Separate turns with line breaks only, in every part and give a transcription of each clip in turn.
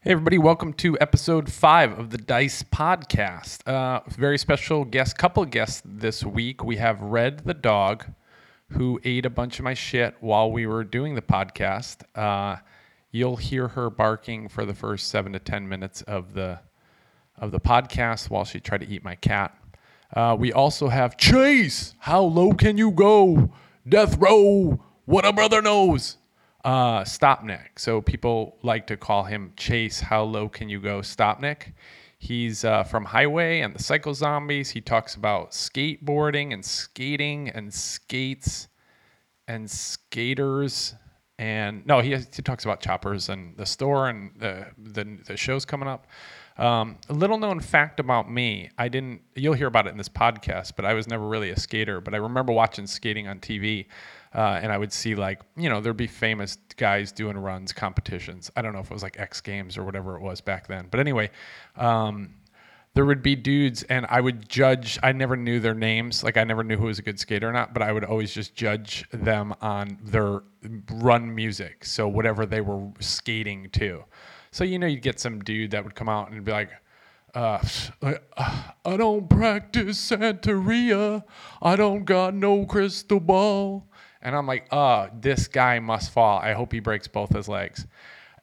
Hey, everybody, welcome to episode five of the Dice Podcast. Uh, very special guest, couple of guests this week. We have Red the dog, who ate a bunch of my shit while we were doing the podcast. Uh, you'll hear her barking for the first seven to 10 minutes of the, of the podcast while she tried to eat my cat. Uh, we also have Chase. How low can you go? Death row. What a brother knows. Uh, Stopnick. So people like to call him Chase. How low can you go, Stopnick? He's uh, from Highway and the Psycho Zombies. He talks about skateboarding and skating and skates and skaters and no he, has, he talks about choppers and the store and the the, the shows coming up um, a little known fact about me i didn't you'll hear about it in this podcast but i was never really a skater but i remember watching skating on tv uh, and i would see like you know there'd be famous guys doing runs competitions i don't know if it was like x games or whatever it was back then but anyway um, there would be dudes and I would judge I never knew their names like I never knew who was a good skater or not but I would always just judge them on their run music so whatever they were skating to so you know you'd get some dude that would come out and be like uh, like, uh, I don't practice Santeria. I don't got no crystal ball. And I'm like, uh, this guy must fall. I hope he breaks both his legs.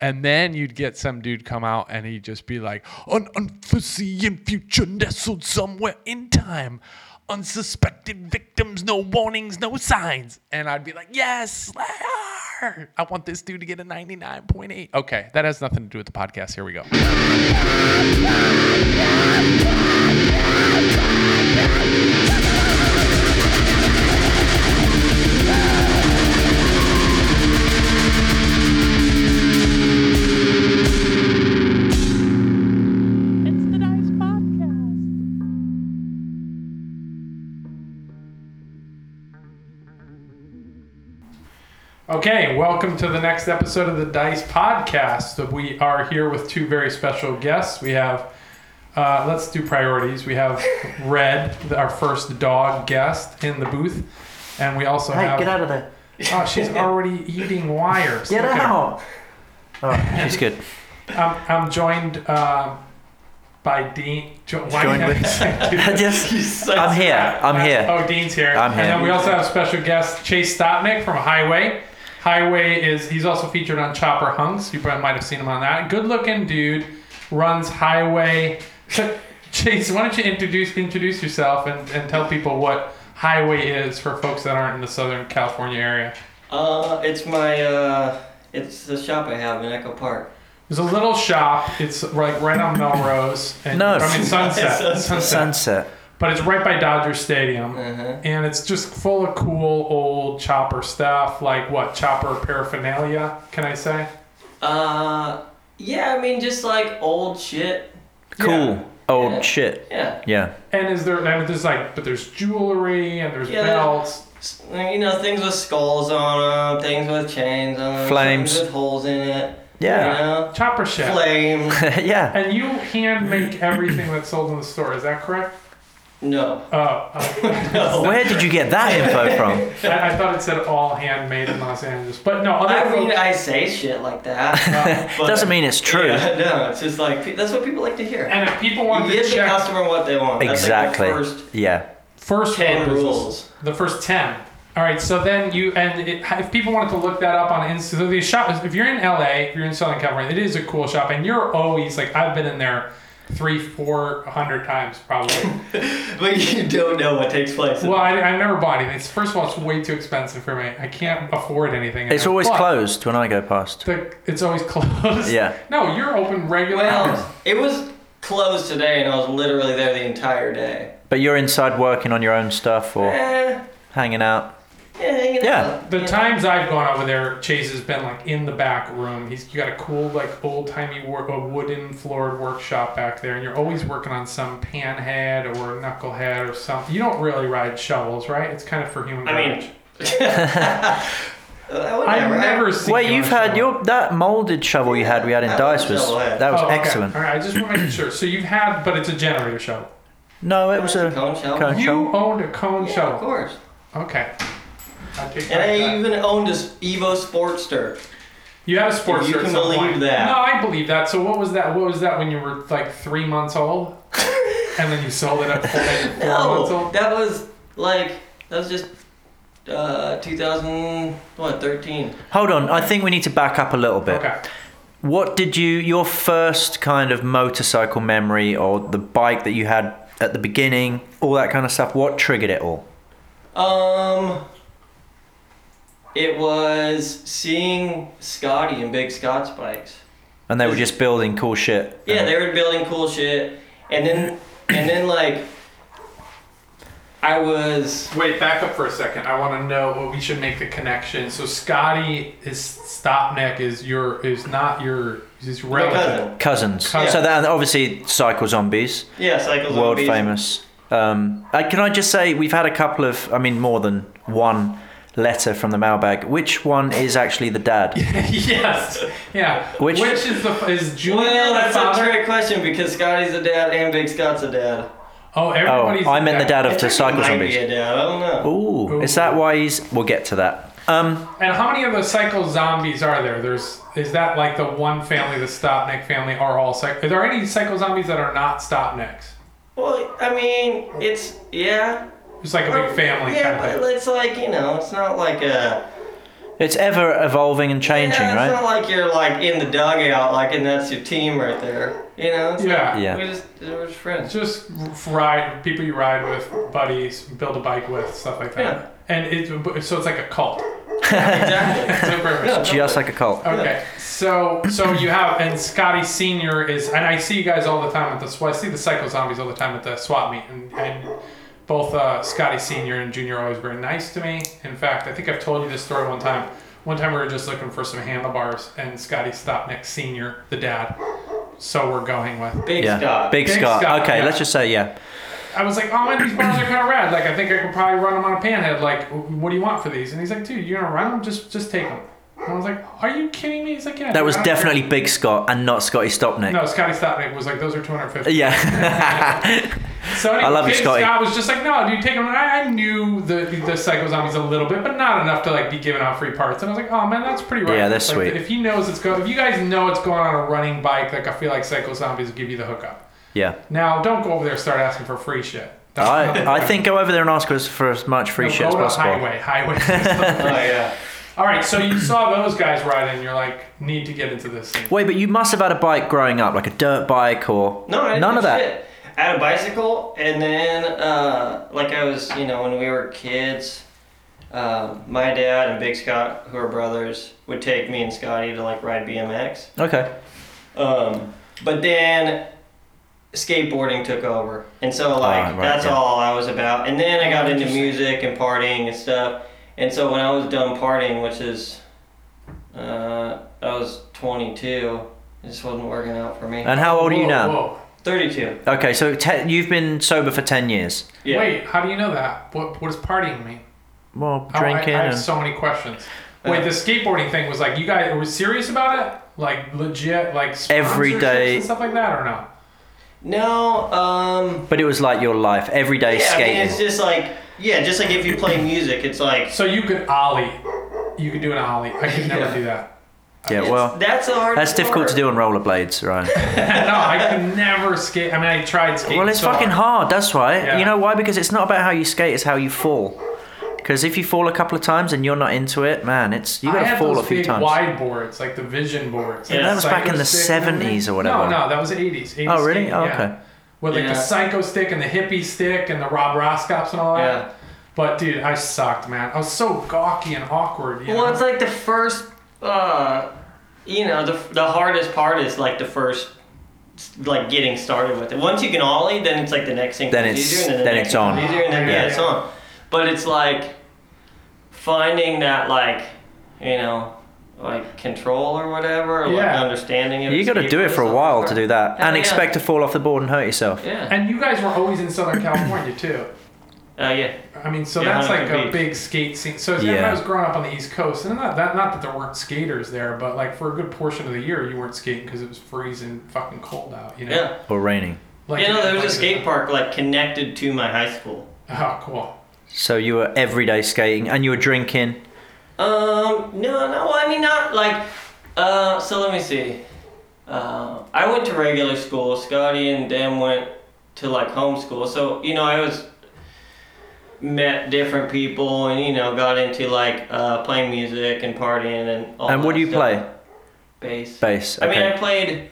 And then you'd get some dude come out and he'd just be like, an unforeseen future nestled somewhere in time. Unsuspected victims, no warnings, no signs. And I'd be like, yes, Slayer! I want this dude to get a 99.8. Okay, that has nothing to do with the podcast. Here we go.
It's the Dice Podcast.
Okay, welcome to the next episode of the Dice Podcast. We are here with two very special guests. We have, uh, let's do priorities. We have Red, the- our first dog guest in the booth, and we also
Hey,
have.
get out of there.
Oh, she's already eating wires.
Get
Look at her.
out. Oh, she's good.
I'm, I'm joined uh, by Dean. Jo- why
Joined I just, I'm here. I'm here.
Oh, Dean's here.
I'm
And
here.
then we also have special guest Chase Stopnick from Highway. Highway is he's also featured on Chopper Hunks. You probably might have seen him on that. Good looking dude runs Highway. Chase, why don't you introduce introduce yourself and, and tell people what Highway is for folks that aren't in the Southern California area.
Uh, it's my uh, it's the shop I have in Echo Park.
There's a little shop. It's like right on Melrose. And,
No.
I mean Sunset. Sunset.
Sunset.
But it's right by Dodger Stadium.
Uh-huh.
and it's just full of cool old chopper stuff like what chopper paraphernalia can i say
Uh, yeah, I mean just like old shit.
Cool. Old
Yeah.
shit.
Yeah,
Yeah.
and is there and there's like but there's jewelry and there's
Yeah.
belts
S- you know things with skulls on them, things with chains on them,
Flames.
things with holes in it.
Yeah.
You know,
chopper shit
flames.
yeah.
and you hand make everything that's sold in the store is that correct
No,
oh uh,
no.
Where did you get that info from?
I, I thought it said all handmade in los angeles but no other
I mean
folks-
I say shit like that. but-
Doesn't mean it's true.
Yeah, no, it's just like pe- that's what people like to hear.
and if people want
You
to
give the
check
customer what they want. That's
Exactly.
Like the first
Yeah.
first
ten
orders is-
rules.
The first ten. All right. So then you and it, if people wanted to look that up on Insta, so these shop. If you're in LA, if you're in Southern California, it is a cool shop, and you're always like I've been in there three, four hundred times probably.
But you don't know what takes place.
well, I, I've never bought anything. It's, first of all, it's way too expensive for me. I can't afford anything.
It's always
But
closed when I go past.
The, it's always closed.
Yeah.
No, you're open regular hours.
Well, it was closed today, and I was literally there the entire day.
But you're inside working on your own stuff or
Eh,
hanging out.
yeah, hanging
Yeah.
out.
The
You
times I've gone over there, Chase has been like in the back room. He's you got a cool like old timey wor- a wooden floored workshop back there, and you're always working on some panhead or knucklehead or something. You don't really ride shovels, right? It's kind of for human.
know. I mean,
garbage.
I would
I've never
I-
seen.
Wait,
you
you've
on a
had
shovel.
your that molded shovel you had we had in
That
Dice
was
was
shovel, yeah.
that was
Oh, okay.
excellent.
All right, I just want to make sure. So you've had, but it's a generator shovel.
No, it was
It's a
a
cone shovel.
cone
You
shovel.
owned a cone
Yeah, of
shovel.
course.
Okay. I take
And
back
I
that.
even owned this Evo Sportster.
You have a sports
If you
shirt. at
can
some
believe
point.
that.
No, I believe that. So what was that? What was that when you were like three months old, and then you sold it at four, at four months
No,
old?
that was like that was just uh, 2000 what 13.
Hold on, I think we need to back up a little bit.
Okay.
What did you, your first kind of motorcycle memory or the bike that you had at the beginning, all that kind of stuff, what triggered it all?
Um, it was seeing Scotty and Big Scott's bikes.
And they were just building cool shit.
Yeah, they were building cool shit, and then and then like I was
Wait, back up for a second. I want to know what we should make the connection. So Scotty is Stopneck is your is not your is his relative.
cousin.
Cousins.
Cousins.
So that, and obviously, Cycle Zombies.
yeah cycles
world famous. Um, I, can I just say we've had a couple of, I mean, more than one letter from the mailbag. Which one is actually the dad?
yes. Yeah.
Which-
is the is Julian
Well,
the
that's a
father?
trick question because Scotty's a dad and Big Scott's a dad.
oh,
Oh,
everybody's.
I meant the dad
I
of the
think he
Cycle
might
Zombies.
be a dad. I don't know.
Ooh, is that why he's? We'll get to that. Um,
And how many of those cycle zombies are there? There's is that like the one family, the Stopneck family, are all cycle? Are there any cycle zombies that are not Stopnecks?
Well, I mean, it's yeah.
It's like a big family
Oh, Yeah,
kind of thing.
but it's like you know, it's not like a.
it's ever evolving and changing,
yeah, it's not
right?
like you're like in the dugout, like and that's your team right there. You know. It's
Yeah.
Yeah.
Like, we just we're just
It's
friends.
Just f- ride people you ride with, buddies, build a bike with, stuff like
Yeah.
that. And it so it's like a cult.
exactly.
So perfect.
Yeah.
Just like a cult.
Okay, so so you have and Scotty Senior is and I see you guys all the time at the swap. I see the Psycho Zombies all the time at the swap meet, and, and both uh, Scotty Senior and Junior are always very nice to me. In fact, I think I've told you this story one time. One time we were just looking for some handlebars, and Scotty Stopnick Senior, the dad, so we're going with.
Big
Yeah,
Scott.
Big,
Big
Scott.
Scott,
Okay,
yeah.
let's just say yeah.
I was like, oh man, these bars are kind of rad. Like I think I could probably run them on a panhead. Like, what do you want for these? And he's like, dude, you're gonna run them? Just just take them. And I was like, are you kidding me? He's like, yeah.
That
dude,
was
I don't care."
definitely Big Scott and not Scotty Stopnick.
No, Scotty Stopnick was like, those are 250.
Yeah.
So anyway,
I love you,
Big
Scotty.
Scott was just like, no, dude, take them. And I I knew the the Psycho Zombies a little bit, but not enough to like be giving out free parts. And I was like, oh man, that's pretty right.
Yeah, that's
Like,
sweet.
If he knows it's going, if you guys know it's going on a running bike, like I feel like Psycho Zombies will give you the hookup.
yeah.
Now, don't go over there and start asking for free shit. That's not the
I, I
way.
think go over there and ask us for as much free
No,
shit as
go to
possible.
highway, highway.
Oh yeah.
All right, so you saw those guys riding, and you're like, need to get into this thing.
Wait, but you must have had a bike growing up, like a dirt bike or
No, I didn't
none
do
of that.
Shit. I had a bicycle, and then uh, like I was, you know, when we were kids, uh, my dad and Big Scott, who are brothers, would take me and Scotty to like ride BMX.
Okay.
Um, but then skateboarding took over, and so like
Oh, right,
that's
yeah.
all I was about. And then I got into music and partying and stuff. And so when I was done partying, which is, uh, I was 22. It just wasn't working out for me.
And how old are you
Whoa,
now?
Whoa.
32.
Okay, so te- you've been sober for ten years.
Yeah.
Wait, how do you know that? What what does partying mean?
Well,
Oh, I-
drinking
I, have
and
so many questions. Wait, the skateboarding thing was like you guys were serious about it, like legit, like
Every
sponsorships
day.
and stuff like that, or no?
No, um.
but it was like your life, everyday
yeah, I
skating.
mean, it's just like yeah, just like if you play music, it's like
So you could ollie, you could do an ollie. I could never
Yeah.
do that.
yeah,
it's-
well,
that's a hard.
that's difficult to
part.
do on rollerblades, right?
no, I could never skate. I mean, I tried skating.
well, it's
so
fucking
hard.
hard. That's right.
Yeah.
You know why? Because it's not about how you skate; it's how you fall. Because if you fall a couple of times and you're not into it, man, it's you
I
gotta
had
fall
those
a few
big
times.
wide boards, like the vision boards.
Yeah,
Like
that
the
was
psycho
back in the
stick.
70s or whatever.
No, no, that was 80s. 80s
Oh, really?
skating,
Oh,
yeah.
okay.
With like
Yeah.
the psycho stick and the hippie stick and the Rob Roscops and all that.
Yeah.
But dude, I sucked, man. I was so gawky and awkward. You know?
Well, it's like the first, uh, you know, the the hardest part is like the first, like getting started with it. Once you can ollie, then it's like the next thing
Then
comes
it's-
easier, and then, the
then
next
it's
thing
on.
comes easier, and then yeah,
Yeah.
it's on. But it's like finding that like, you know, like control or whatever, or like
Yeah.
understanding. of
You
its
gotta do it
movements
for a
and
while to
stuff.
do that,
Hell
and
yeah.
expect to fall off the board and hurt yourself.
Yeah.
And you guys were always in Southern California too.
Uh, yeah.
I mean, so
Yeah,
that's like
Huntington
a
Beach.
big skate scene. So
Yeah.
yeah. I was growing up on the East Coast, and not that not that there weren't skaters there, but like for a good portion of the year, you weren't skating because it was freezing fucking cold out. You know.
Yeah.
Or raining.
Like,
you know, there was a
like-
skate park like connected to my high school.
Oh, cool.
So you were everyday skating and you were drinking.
Um, no, no. well, I mean, not like Uh, so let me see. Uh, I went to regular school. Scotty and Dan went to like homeschool. So you know, I was met different people and you know got into like uh, playing music and partying and all.
And what
that
do you
stuff.
play?
Bass.
Bass.
I mean,
okay.
I played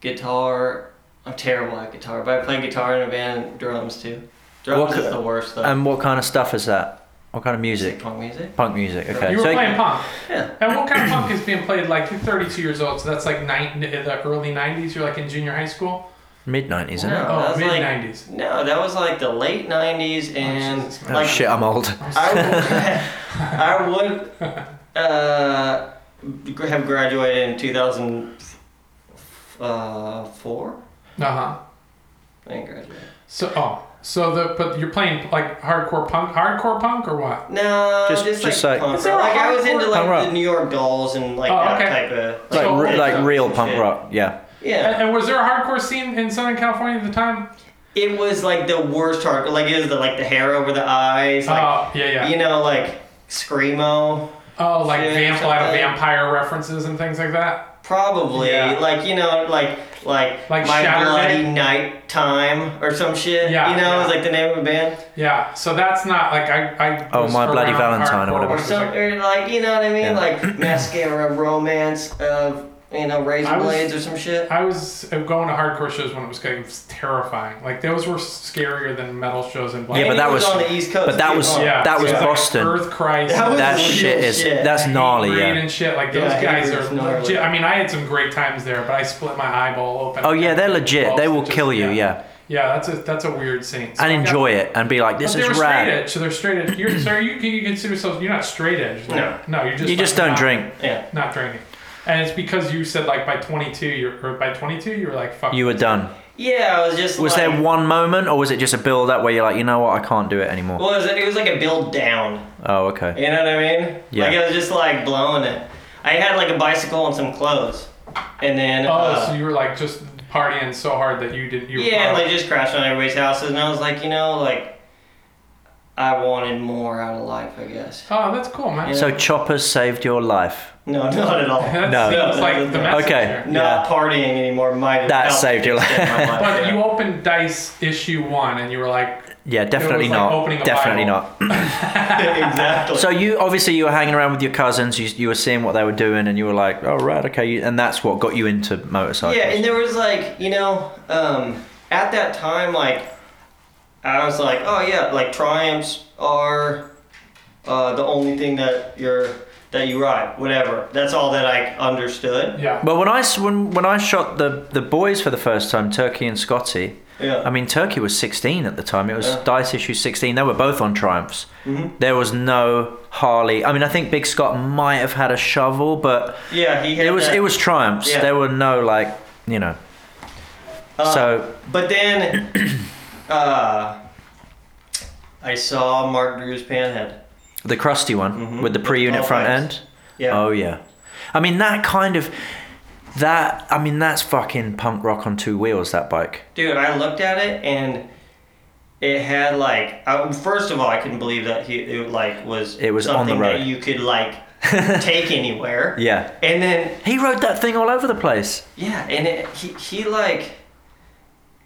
guitar. I'm terrible at guitar, but I played guitar in a band and drums too. Drums
What
is
co-
the worst though.
and what kind of stuff is that? What kind of music?
Punk music.
Punk music. Okay.
You were
So-
playing punk.
Yeah.
And what kind of punk is being played? Like you're 32 years old, so that's like nine, the early 90s. You're like in junior high school.
Mid nineties, isn't
No,
it?
Oh,
that was like-
mid-nineties.
No, that was like the late '90s and
Jesus, man.
Oh
like
shit, I'm old.
I would, I would uh, gr- have graduated in 2004.
Uh huh.
I didn't graduate.
So oh, so the but you're playing like hardcore punk, hardcore punk or what?
No,
Just-
just,
just like-
like, punk
Is there
rock.
a
Like I was into
hardcore-
like
Punk rock.
the New York Dolls and like
Oh,
that
okay.
type of
Like,
So-
dead
re- like
stuff
real
and
punk
shit.
rock. Yeah.
Yeah,
And, and was there a hardcore scene in Southern California at the time?
it was like the worst hardcore. Like it was the like the hair over the eyes, like
oh yeah, yeah.
you know, like screamo.
oh, like
shit,
vamp, a lot of
something.
vampire references and things like that.
Probably
Yeah.
like you know like like,
Like
my
Shattered
bloody
Man?
night time or some shit.
Yeah,
you know,
yeah.
was like the name of a band.
Yeah. So that's not like I. I
Oh,
was
My Bloody
around
Valentine
hardcore
or whatever.
when
or
it was,
some,
like-
or like you know what I mean,
Yeah.
like mascara romance of you know razor
I was-
blades or some shit.
I was going to hardcore shows when it was getting terrifying. Like those were scarier than metal shows in black.
Yeah, but
And it
metal.
that was-
on the East Coast.
but that
too,
was-
huh?
yeah,
that was
so it's like
Boston.
Earth Crisis.
That was
That
real
shit is
shit.
that's gnarly,
Hatebreed
yeah.
and shit. Like those
Yeah,
guys
Hatebreed's
are
gnarly.
legit. I mean, I had some great times there, but I split my eyeball open.
Oh yeah, they're legit. They will
Just-
kill you, yeah.
Yeah, that's a that's a weird scene. So
And
I got-
enjoy it and be like,
But
this
they were
is
straight
rad.
edge, so they're straight edge. You're, so you, can- you consider yourself you're not straight edge. though.
No.
no, you're just
You
like,
just don't
not-
drink.
yeah.
Not drinking, and it's because you said like by 22, you're or by 22 you were like fuck.
You were done.
Yeah, I was just
Was
like,
there one moment or was it just a build up where you're like, you know what, I can't do it anymore?
Well, it was, it was like a build down.
Oh, okay.
You know what I mean?
Yeah.
Like I was just like blowing it. I had like a bicycle and some clothes, and then
oh,
uh,
so you were like just partying so hard that you didn't. You
yeah, and
were,
like just crashed on everybody's houses, and I was like, you know, like I wanted more out of life, I guess.
oh, that's cool, man.
Yeah.
So choppers saved your life.
No, not at all.
That's,
No.
that's like the message
Okay.
there.
Not partying anymore might have
That
helped
saved your life.
save my life,
But
yeah.
you opened Dice issue one, and you were like,
Yeah, definitely
like
not.
opening a
definitely
Bible.
not.
exactly.
So you obviously you were hanging around with your cousins. You, you were seeing what they were doing, and you were like, "Oh right, okay." And that's what got you into motorcycles.
yeah, and there was like you know, um, at that time, like I was like, oh yeah, like triumphs are uh, the only thing that you're that you ride, whatever. That's all that I understood.
yeah.
Well, when I s- when, when I shot the the boys for the first time, Turkey and Scotty.
Yeah.
I mean, Turkey was 16 at the time. It was
Yeah. Mm-hmm.
Dice issue 16. They were both on Triumphs. There was no Harley. I mean, I think Big Scott might have had a shovel, but
yeah, he had
it was
that.
it was Triumphs.
Yeah.
There were no like you know.
Uh,
so
But then, uh, I saw Mark Drew's Panhead.
the crusty one with the
mm-hmm. With
pre-unit
tall
front
pipes.
end.
Yeah.
Oh yeah. I mean that kind of that I mean that's fucking punk rock on two wheels that bike.
Dude, I looked at it and it had like I, first of all, I couldn't believe that he it like was
It was on the
something
road.
that you could like take anywhere.
Yeah.
And then
He rode that thing all over the place.
yeah, and it, he he like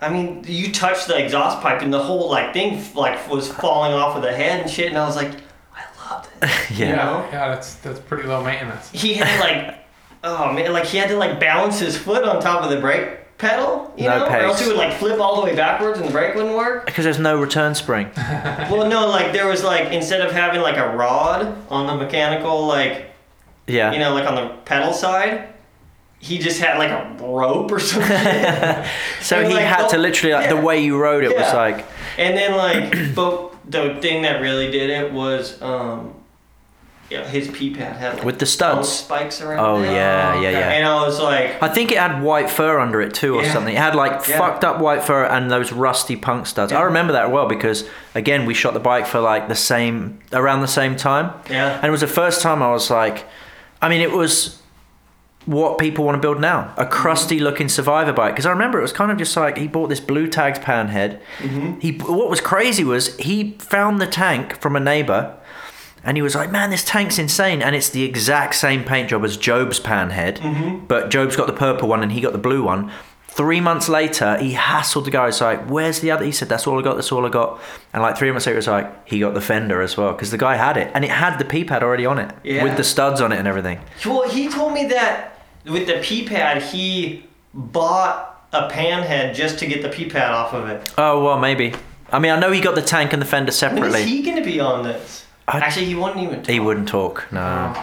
I mean, you touched the exhaust pipe and the whole like thing like was falling off of the head and shit and I was like I loved it.
Yeah.
You
yeah,
know?
yeah, that's that's pretty low maintenance.
He had like oh man, like he had to like balance his foot on top of the brake pedal, you
No
know? Or else
pegs.
he would like flip all the way backwards and the brake wouldn't work.
Because there's no return spring.
Well, no, like there was like instead of having like a rod on the mechanical, like
Yeah.
you know, like on the pedal side, he just had like a rope or something. and
so he
it was like,
had to
well,
literally like the
yeah.
way you rode it was
Yeah.
like
then like, but the thing that really did it was um, yeah, his pee pad had like,
With the studs.
bone spikes around.
oh
it.
yeah, yeah,
okay.
yeah.
And I was like,
I think it had white fur under it too, or
Yeah.
something. It had like
Yeah.
fucked up white fur and those rusty punk studs. I
Yeah.
remember that well because again, we shot the bike for like the same around the same time.
Yeah.
and it was the first time I was like, I mean, it was what people want to build now a crusty looking survivor bike because i remember it was kind of just like he bought this blue tagged pan head he what was crazy was he found the tank from a neighbor and he was like, "Man, this tank's insane!" And it's the exact same paint job as Job's panhead, but Job's got the purple one and he got the blue one. Three months later, he hassled the guy. He's like, "Where's the other?" He said, "That's all I got. That's all I got." And like three months later, it's like he got the fender as well because the guy had it and it had the P pad already on it
Yeah.
with the studs on it and everything.
Well, he told me that with the P pad, he bought a panhead just to get the P pad off of it.
Oh well, maybe. I mean, I know he got the tank and the fender
When is
separately.
he going to be on this?
I-
Actually, he wouldn't even.
He wouldn't talk. No,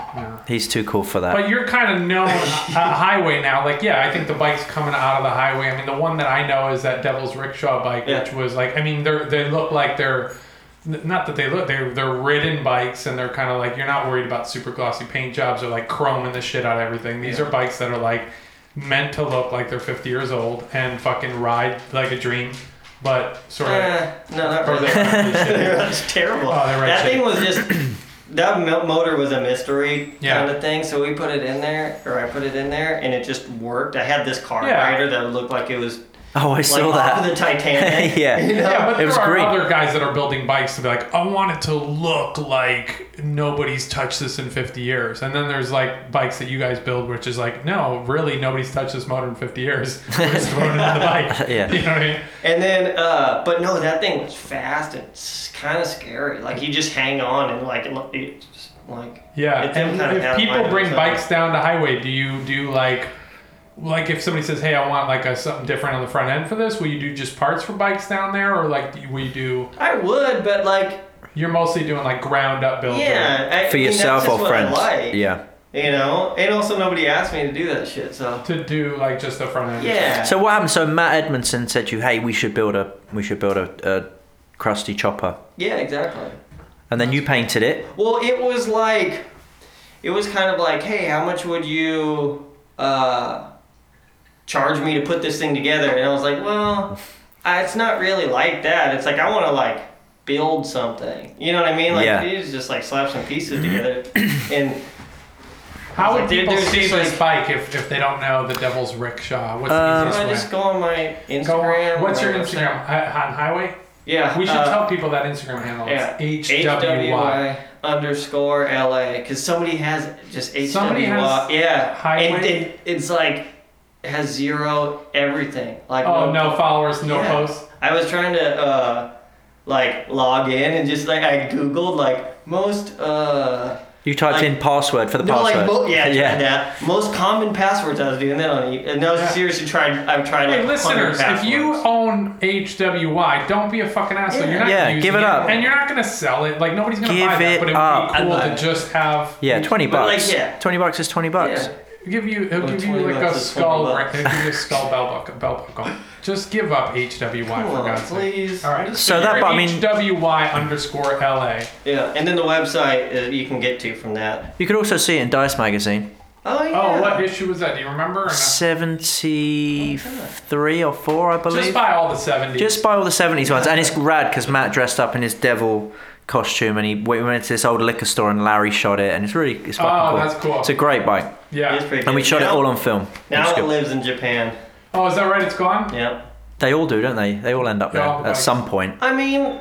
he's too cool for that.
But you're kind of known uh, highway now. Like, yeah, I think the bike's coming out of the highway. I mean, the one that I know is that Devil's Rickshaw bike,
Yeah.
which was like, I mean, they they look like they're not that they look they're they're ridden bikes and they're kind of like you're not worried about super glossy paint jobs or like chroming the shit out of everything. These are bikes that are like meant to look like they're 50 years old and fucking ride like a dream, but sort of.
Uh, no, not
or
really.
they're-
That's terrible.
Oh, they're right
that
shit.
thing was just that mo- motor was a mystery
Yeah.
kind of thing. So we put it in there, or I put it in there, and it just worked. I had this carburetor that looked like it was
oh, I
like
saw
off of
that.
the Titanic.
Yeah.
you know?
Yeah, but
It
there
was
are
great.
other guys that are building bikes to be like, I want it to look like nobody's touched this in 50 years. And then there's like bikes that you guys build, which is like, no, really, nobody's touched this motor in 50 years. We're just throwing it in the bike.
Yeah.
You know what I mean?
And then, uh, but no, that thing was fast and kind of scary. Like you just hang on and like, it, lo- it just, like
Yeah.
It did
and
kinda
if
have
people
mine
bring
also.
bikes down to highway, do you do like, like if somebody says, hey, I want like a something different on the front end for this, will you do just parts for bikes down there, or like do you- will you do?
I would, but like,
You're mostly doing like ground up builds. right?
yeah, I,
For
I mean, that's
yourself
just
or
what I
friends.
like,
Yeah.
you know. And also, nobody asked me to do that shit, so
To do like just the front end.
yeah.
So what happened? So Matt Edmondson said to you, "Hey, we should build a we should build a, a crusty chopper,"
yeah, exactly.
and then you painted it.
Well, it was like, it was kind of like, hey, how much would you uh, charge me to put this thing together? And I was like, well, I, it's not really like that. It's like I want to like build something. You know what I mean? Like
Yeah.
you just like slap some pieces together. and
How would
Like, there-
people
there's
see
just,
this
like-
bike if, if they don't know the Devil's Rickshaw? What's
Um,
the
I
easiest
just
way?
go on my Instagram.
Go on. What's your
or-
Instagram? Hi- On Highway?
Yeah.
We should
uh,
tell people that Instagram handle.
Yeah.
It's HWY.
underscore LA because somebody has just HWY.
Somebody has
yeah.
highway-
And it, it's like has zero everything. Like
Oh, no followers, no
yeah.
posts.
I was trying to uh, like log in and just like I googled like most uh
You typed
Like-
in password for the
no like
password.
mo- yeah I tried
yeah.
that most common passwords I was doing that on e- and I was
Yeah.
seriously trying I've tried like
Hey,
100
listeners, if you
passwords.
own HWY, don't be a fucking asshole. You're not
Yeah,
using
give it up.
And you're not going to sell it. Like, nobody's going to
Give
buy that,
it
but it would
up.
be cool
I'd buy
to
it.
just have.
Yeah, twenty
But, like,
bucks.
yeah.
Twenty bucks is twenty bucks.
Yeah.
Give you, it'll
Oh,
give you
20
like a
bucks is 20
skull,
bucks.
it'll give you a skull bell buckle, bell buckle. Just give up HWY
Come
for
on,
God's sake.
please
All right.
So that-
You're
but I mean-
HWY underscore LA.
yeah and then the website uh, you can get to from that
You could also see it in Dice magazine.
oh yeah
Oh, what issue was that? Do you remember? Or
Uh-huh.
not?
Seventy-three or four, I believe.
Just buy all the 70s.
Just buy all the 70s ones. And it's rad because Matt dressed up in his devil costume and he we went to this old liquor store and Larry shot it. And it's really, it's fucking
Oh,
cool.
that's cool.
It's a great bike.
yeah.
It's pretty
And we
good.
shot it
Now-
all on film.
Now
It's
it
good.
lives in Japan.
Oh, is that right? It's gone?
Yeah.
They all do, don't they? They all end up there
Yeah, all the
at
bikes.
some point.
I mean,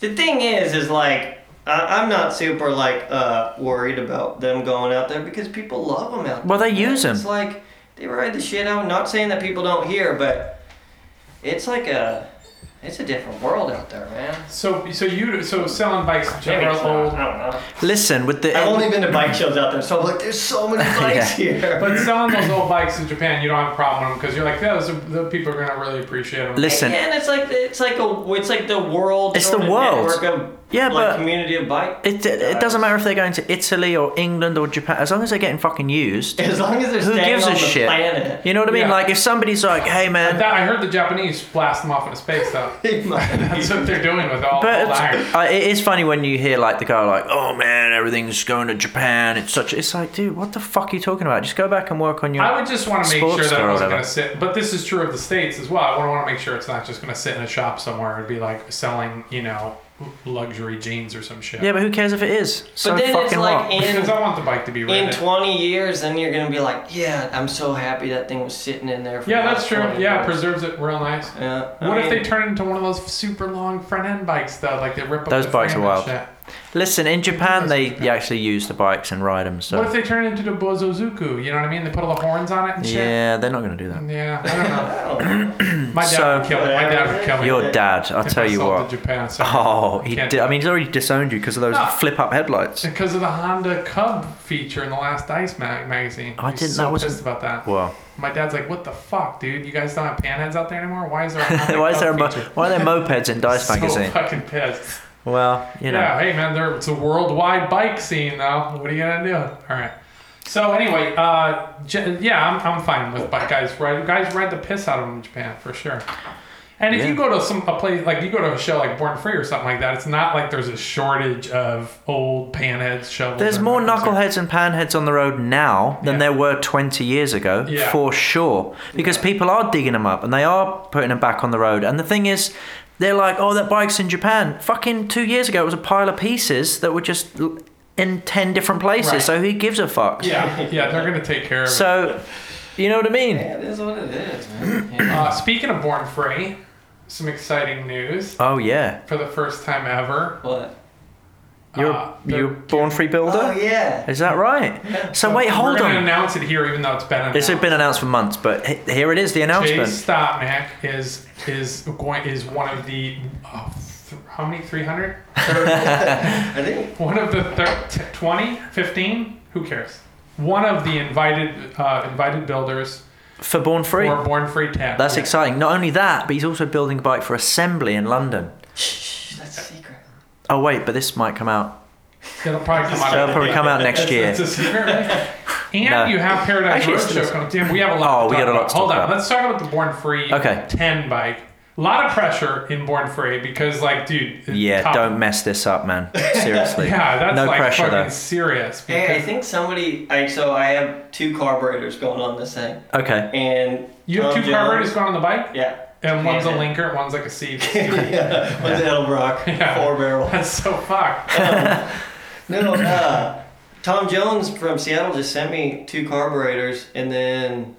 the thing is, is like, I, I'm not super like uh, worried about them going out there because people love them out.
Well, they
there.
use 'em.
It's like they ride the shit out. Not saying that people don't hear, but it's like a, it's a different world out there, man.
So, so you, so selling bikes,
Maybe
general
it's not.
old,
I don't know.
Listen, with the.
I've only been to bike shows out there, so I'm like, there's so many bikes here.
but selling those old bikes in Japan, you don't have a problem with them because you're like, yeah, those are, the people are gonna really appreciate them.
Listen.
Yeah, and it's like it's like a it's like the world.
It's the
sort of
world.
Network of,
Yeah,
like,
but-
community of bike.
It, it, it doesn't matter if they're going to Italy or England or Japan, as long as they're getting fucking used.
As long as they're
Who
staying
gives
on
a
the
shit?
planet.
You know what I mean?
Yeah.
Like, if somebody's like, hey man,
That, I heard the Japanese blast them off into space though. That's what they're doing with all
But
old iron.
it's, uh, it is funny when you hear like the guy like, "Oh man, everything's going to Japan." It's such. It's like, dude, what the fuck are you talking about? Just go back and work on your.
I would just want to make
sports
sure that
store
it
or
wasn't
whatever.
going to sit. But this is true of the states as well. I would want to make sure it's not just going to sit in a shop somewhere and be like selling, you know, luxury jeans or some shit.
Yeah, but who cares if it is? So
but then
fucking
it's like
what?
Because
in,
I want the bike to be
in
rented.
20 years, then you're gonna be like, yeah, I'm so happy that thing was sitting in there. For
yeah,
about
that's true.
20
Yeah, it
years."
preserves it real nice.
yeah. I
What if
mean,
they turn it into one of those super long front end bikes though? Like they rip up
Those
the
bikes
frame
are
and
wild.
shit.
Listen, in Japan they they actually use the bikes and ride them.
What if
So
they turn it into the Bozozuku? You know what I mean? They put all the horns on it and shit.
yeah, they're not going to do that.
Yeah, I don't know.
I don't know.
My dad
So-
would kill me. My dad would kill me.
Yeah.
Your dad, I'll
if
tell
I
you
sold to
what.
Japan, so
Oh, he
Can't
did.
do Ah.
I
it.
mean, he's already disowned you because of those
No.
flip-up headlights.
because of the Honda Cub feature in the last Dice mag- magazine.
I
He's
didn't-
So
that wasn't-
pissed about that.
Wow.
My dad's like, "What the fuck, dude? You guys don't have panheads out there anymore? Why is there? A Honda
why is
Cub
there a mo-
feature?"
why are there mopeds in Dice
so
magazine?
fucking pissed.
Well, you know.
Yeah, hey man, there, it's a worldwide bike scene though. What are you gonna do? All right. So anyway, uh, j- yeah, I'm, I'm fine with bike guys. Ride guys ride the piss out of them in Japan for sure. And if
Yeah.
you go to some a place like you go to a show like Born Free or something like that, it's not like there's a shortage of old panheads shovels.
There's
or
more
knuckles or-
knuckleheads and panheads on the road now than
Yeah.
there were 20 years ago,
Yeah.
for sure. Because people are digging them up and they are putting them back on the road. And the thing is, they're like, oh, that bike's in Japan. Fucking two years ago, it was a pile of pieces that were just l- in 10 different places.
Right.
So who gives a fuck?
Yeah, yeah, they're gonna take care of it.
So, you know what I mean?
Yeah, it is what it is, man. Yeah.
Uh, speaking of Born Free, some exciting news
Oh, yeah.
for the first time ever.
What?
You're,
Uh, they're
you're born free builder?
Oh yeah.
Is that right? So, wait,
We're
hold
gonna
on.
announce it here, even though it's been announced.
It's been announced for months, but he- here it is the
Jay
announcement.
Stopnack is is going is one of the oh, th- how many 300
I think.
one of the thir- t- 20 15 who cares one of the invited uh, invited builders
For born free.
for Born Free Tab.
That's
Yeah.
exciting. Not only that, but he's also building a bike for assembly in London.
Shh, that's a secret.
Oh wait, but this might come out.
It'll probably come out.
It'll probably come out next
It's-
year.
It's a secret. right? And
No.
you have Paradise
Actually, it's
Roadshow
this-
coming. Damn, we have a lot.
Oh,
to
we
talk
got a lot
about.
to
Hold
talk
on,
about.
let's talk about the Born Free
Okay.
10 bike. A lot of pressure in Born Free because, like, dude.
Yeah,
top-
don't mess this up, man. Seriously.
Yeah, that's
no
like
pressure
fucking
though.
serious.
Hey, I
because-
think somebody. I so I have two carburetors going on this thing,
Okay.
and
You have
Tom
two
Jones-
carburetors going on the bike,
Yeah.
and one's a
Yeah.
linker, one's like a seat.
yeah, with the Edelbrock
Yeah.
four barrel.
That's so fucked.
No, uh, Tom Jones from Seattle just sent me two carburetors, and then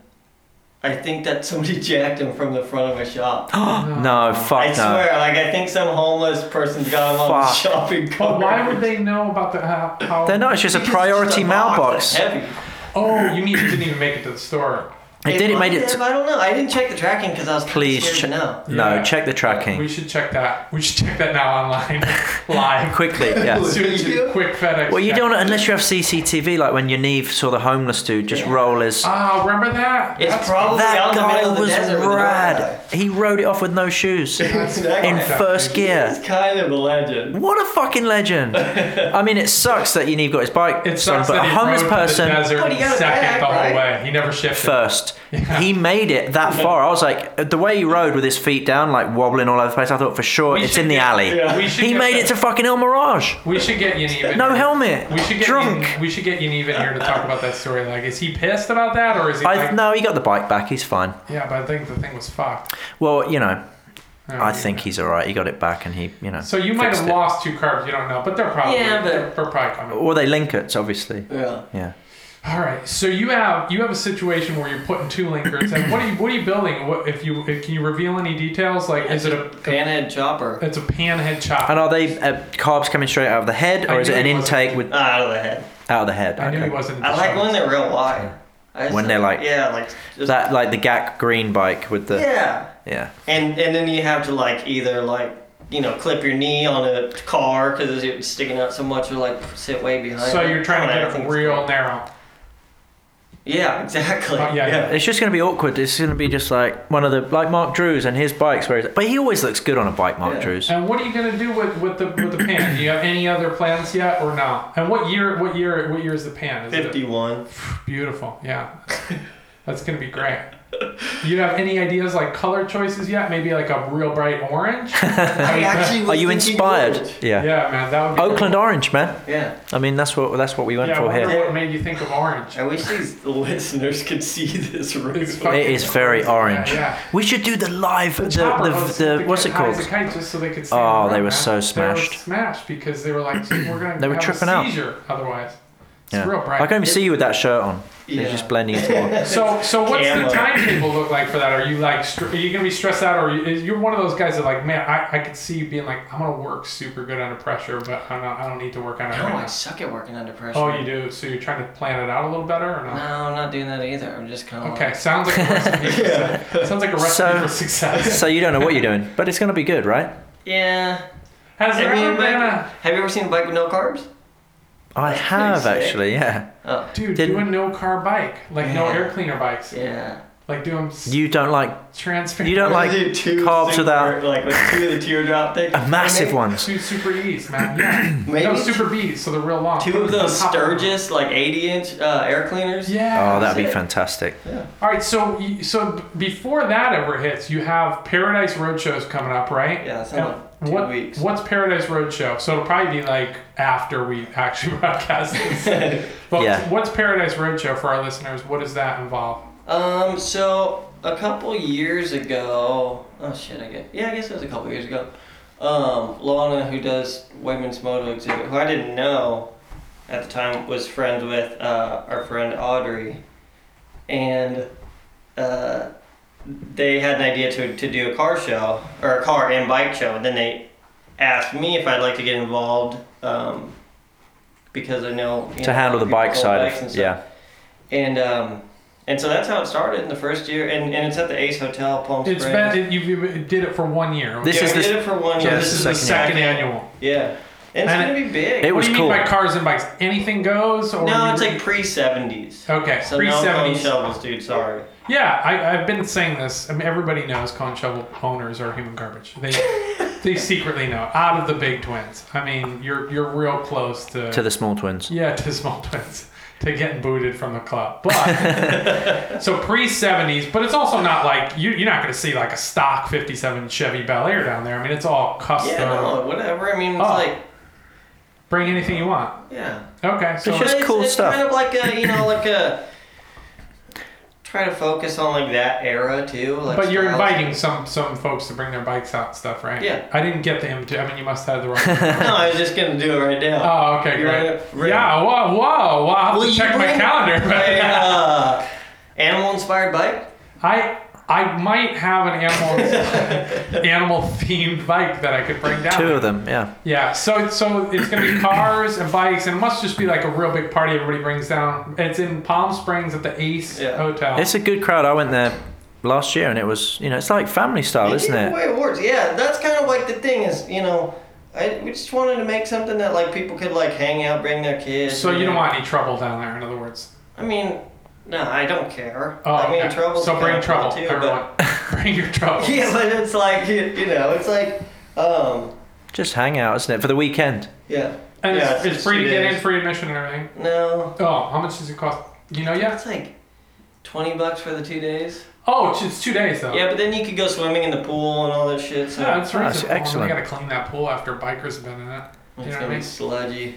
I think that somebody jacked them from the front of a shop.
Oh No, fuck
I
no.
swear, like I think some homeless person's got them on the
Fuck.
shopping
But
cart.
why would they know about the how? how
They're not. It's just a priority mailbox. It
Heavy.
Oh, you mean it didn't even make it to the store?
did. It
might
made it.
have, I don't know. I didn't check the tracking because I was kinda
Please
scared
check-
to know.
Yeah.
No, check the
We
tracking
should check that. We should check that now online, live.
quickly. Yeah.
Let's do it to quick FedEx.
Well, you
check.
don't unless you have CCTV. Like when Yaniv saw the homeless dude just roll his.
Ah, remember that?
It's
That's-
probably
That
out in the middle
guy
of the
was
desert with a
rad. He rode it off with no shoes in
that's
Exactly.
fucked up,
first
dude.
gear.
He's kind of a legend.
What a fucking legend! I mean, it sucks that Yaniv got his bike
It
stolen,
sucks
but
that
a
he
homeless
rode to
person
the desert
But he got it
second
back,
the whole
right?
way. He never shifted.
first. He made it that far. I was like, the way he rode with his feet down, like wobbling all over the place. I thought for sure
We
it's
should
in the
get-
alley.
yeah, we should
he
get
made
that.
it to fucking El Mirage.
We should get Yaniv. in
No
here.
helmet.
We should get
drunk.
Yaniv- we should get Yaniv in here to talk about that story. Like, is he pissed about that, or is he?
I
like,
no, he got the bike back. He's fine.
Yeah, but I think the thing was fucked.
Well, you know,
Yeah,
I
yeah.
think he's all right. He got it back, and he, you know.
So you might
fixed
have
it.
lost two carbs. You don't know, but they're probably
Yeah, but-
they're, they're probably coming.
Or they link it, obviously.
Yeah.
Yeah.
All right. So you have you have a situation where you're putting two linkers, and what are you what are you building? What if you if, can you reveal any details? Like, is it a
Panhead chopper.
it's a panhead chop?
And are they uh, carbs coming straight out of the head,
I
or is
knew
it an
he wasn't-
intake with
Ah, out of the head.
out of the head?
I knew he
Okay.
wasn't. in
I
the
like
shuttle.
when they're real wide. I just-
When they're like-
yeah, like just,
That like the Gak green bike with the
yeah,
yeah.
and and then you have to like either like you know clip your knee on a car because it's sticking out so much, or like sit way behind.
So
it.
you're trying to
I
get
think
it
it's
real
cool.
narrow.
Yeah, exactly.
Oh, yeah, yeah.
It's just going to be awkward. It's going to be just like one of the like Mark Drews and his bikes where he's but he always looks good on a bike, Mark
Yeah.
Drews.
And what are you gonna do with, with the with the pan? Do you have any other plans yet or no? And what year what year what year is the pan? Is it-
Fifty-one.
Beautiful. Yeah. That's going to be great. You have any ideas like color choices yet? Maybe like a real bright orange? I
I
mean,
actually was
Are you
thinking
inspired?
orange.
Yeah.
yeah, man. That would be
Oakland Orange, man.
Yeah,
I mean, that's what that's what we went
Yeah, I
for
wonder
here.
what made you think of orange.
I wish these listeners could see this room.
It's fucking
It is very
crazy.
orange.
Yeah, yeah.
We should do the live the the,
Chopper was
the,
the
what's
kid
it
high as
called?
a kite just so they could see
Oh,
the road,
they were
man.
so
They were
smashed.
smashed because they were like, "Dude, we're going to
They were
have
tripping
a
out.
seizure otherwise.
Yeah.
real bright.
I can not even see you with that shirt on.
Yeah.
It's just blending into one.
So, so what's
Camera.
the timetable look like for that? Are you like, str- are you gonna be stressed out, or you- you're one of those guys that like, man, I, I could see you being like, I'm gonna work super good under pressure, but I'm not, I don't need to work on it
No, I
right now.
suck at working under pressure.
Oh, you do. So you're trying to plan it out a little better, or
No,
not?
I'm not doing that either. I'm just kind of
Okay, sounds like a recipe. for success. Sounds like a recipe
So-
for success.
so you don't know what you're doing, but it's gonna be good, right?
yeah.
Has
I
there
mean,
ever been
like,
a
have you ever seen a bike with no carbs?
I have
sick.
actually, yeah.
Oh,
dude
Didn't-
do a no car bike, like no
Yeah.
air cleaner bikes,
yeah.
like do them s-
You don't like
transparent.
you don't like
Those are two
carbs
super-
without-
like with two of the teardrop things.
a massive
Maybe-
ones.
two super E's, man. Yeah,
Maybe
no super B's, so they're real long.
Two of those Sturgis like 80 inch uh, air cleaners.
Yeah.
Oh, that'd be
sick.
fantastic.
All right, so y- so b- before that ever hits, you have Paradise Road shows coming up, right?
Yeah, it's in
And
like two
what,
weeks.
What's Paradise Road show? So it'll probably be like after we actually broadcast this. but
Yeah.
what's Paradise Road show for our listeners? What does that involve?
Um, so a couple years ago, oh shit, I guess yeah, I guess it was a couple years ago. Um, Lana, who does women's moto exhibit, who I didn't know at the time, was friends with uh, our friend Audrey, and uh, they had an idea to to do a car show or a car and bike show, and then they asked me if I'd like to get involved. Um, because I know you
To
know,
handle the
people
bike
hold
side
bikes and
of
stuff.
yeah.
And um, and so that's how it started in the first year, and, and it's at the Ace Hotel, Palm
It's
Springs.
been you, you did it for one year.
This
yeah,
is
we
the-
did it for one
so
year.
this is the second annual.
Yeah, and it's
And
gonna be big.
It
what
was
do you
cool.
mean by cars and bikes? Anything goes, or
no,
you
it's
re-
like pre seventies.
okay,
So
pre
no cone
seventies.
shovels, dude. Sorry.
Yeah, I, I've been saying this. I mean, everybody knows cone shovel owners are human garbage. They they secretly know. Out of the big twins, I mean, you're you're real close to,
To the small twins.
yeah to small twins to getting booted from the club. But so pre seventies, but it's also not like you you're not going to see like a stock fifty seven Chevy Bel Air down there. I mean, it's all custom.
Yeah, no, whatever. I mean, it's
Oh.
like
Bring anything you want.
yeah.
Okay, so
It's just
it's,
cool
it's
stuff.
Kind of like a you know like a try to focus on like that era too. Like
But you're
styles.
inviting some some folks to bring their bikes out and stuff, right?
Yeah.
I didn't get the invitation. I mean, you must have the wrong.
No, I was just gonna do it right now.
oh, okay.
You're
great.
right up- right
Yeah. Whoa, whoa, whoa! I have
Will
to
you
check my
bring
calendar.
a uh, animal inspired bike.
I I might have an animal animal themed bike that I could bring down.
Two of them, yeah.
Yeah. So so it's gonna be cars and bikes, and it must just be like a real big party. Everybody brings down. It's in Palm Springs at the Ace
Yeah.
Hotel.
It's a good crowd. I went there last year and it was you know, it's like family style,
They
isn't
give
Oh, it?
away awards. Yeah, that's kind of like the thing is, you know, I, we just wanted to make something that like people could like hang out, bring their kids.
so
and-
you don't want any trouble down there. In other words.
I mean, no, I don't care.
Oh,
I mean,
okay.
trouble's
So bring
kinda cool
trouble,
too,
everyone. bring your trouble.
But, yeah, but it's like you, you know, it's like, um,
Just hang out, isn't it? For the weekend.
yeah.
And
yeah,
it's, it's free to
it
get
is.
in, free admission and everything.
No,
Oh, how much does it cost? You know, yeah.
that's like twenty bucks for the two days.
Oh, it's- it's two days though.
Yeah, but then you could go swimming in the pool and all that shit. So
Yeah, that's
Oh,
right.
that's excellent.
You gotta clean that pool after bikers have been in it. You know
it's
what I
gonna
mean?
be sludgy.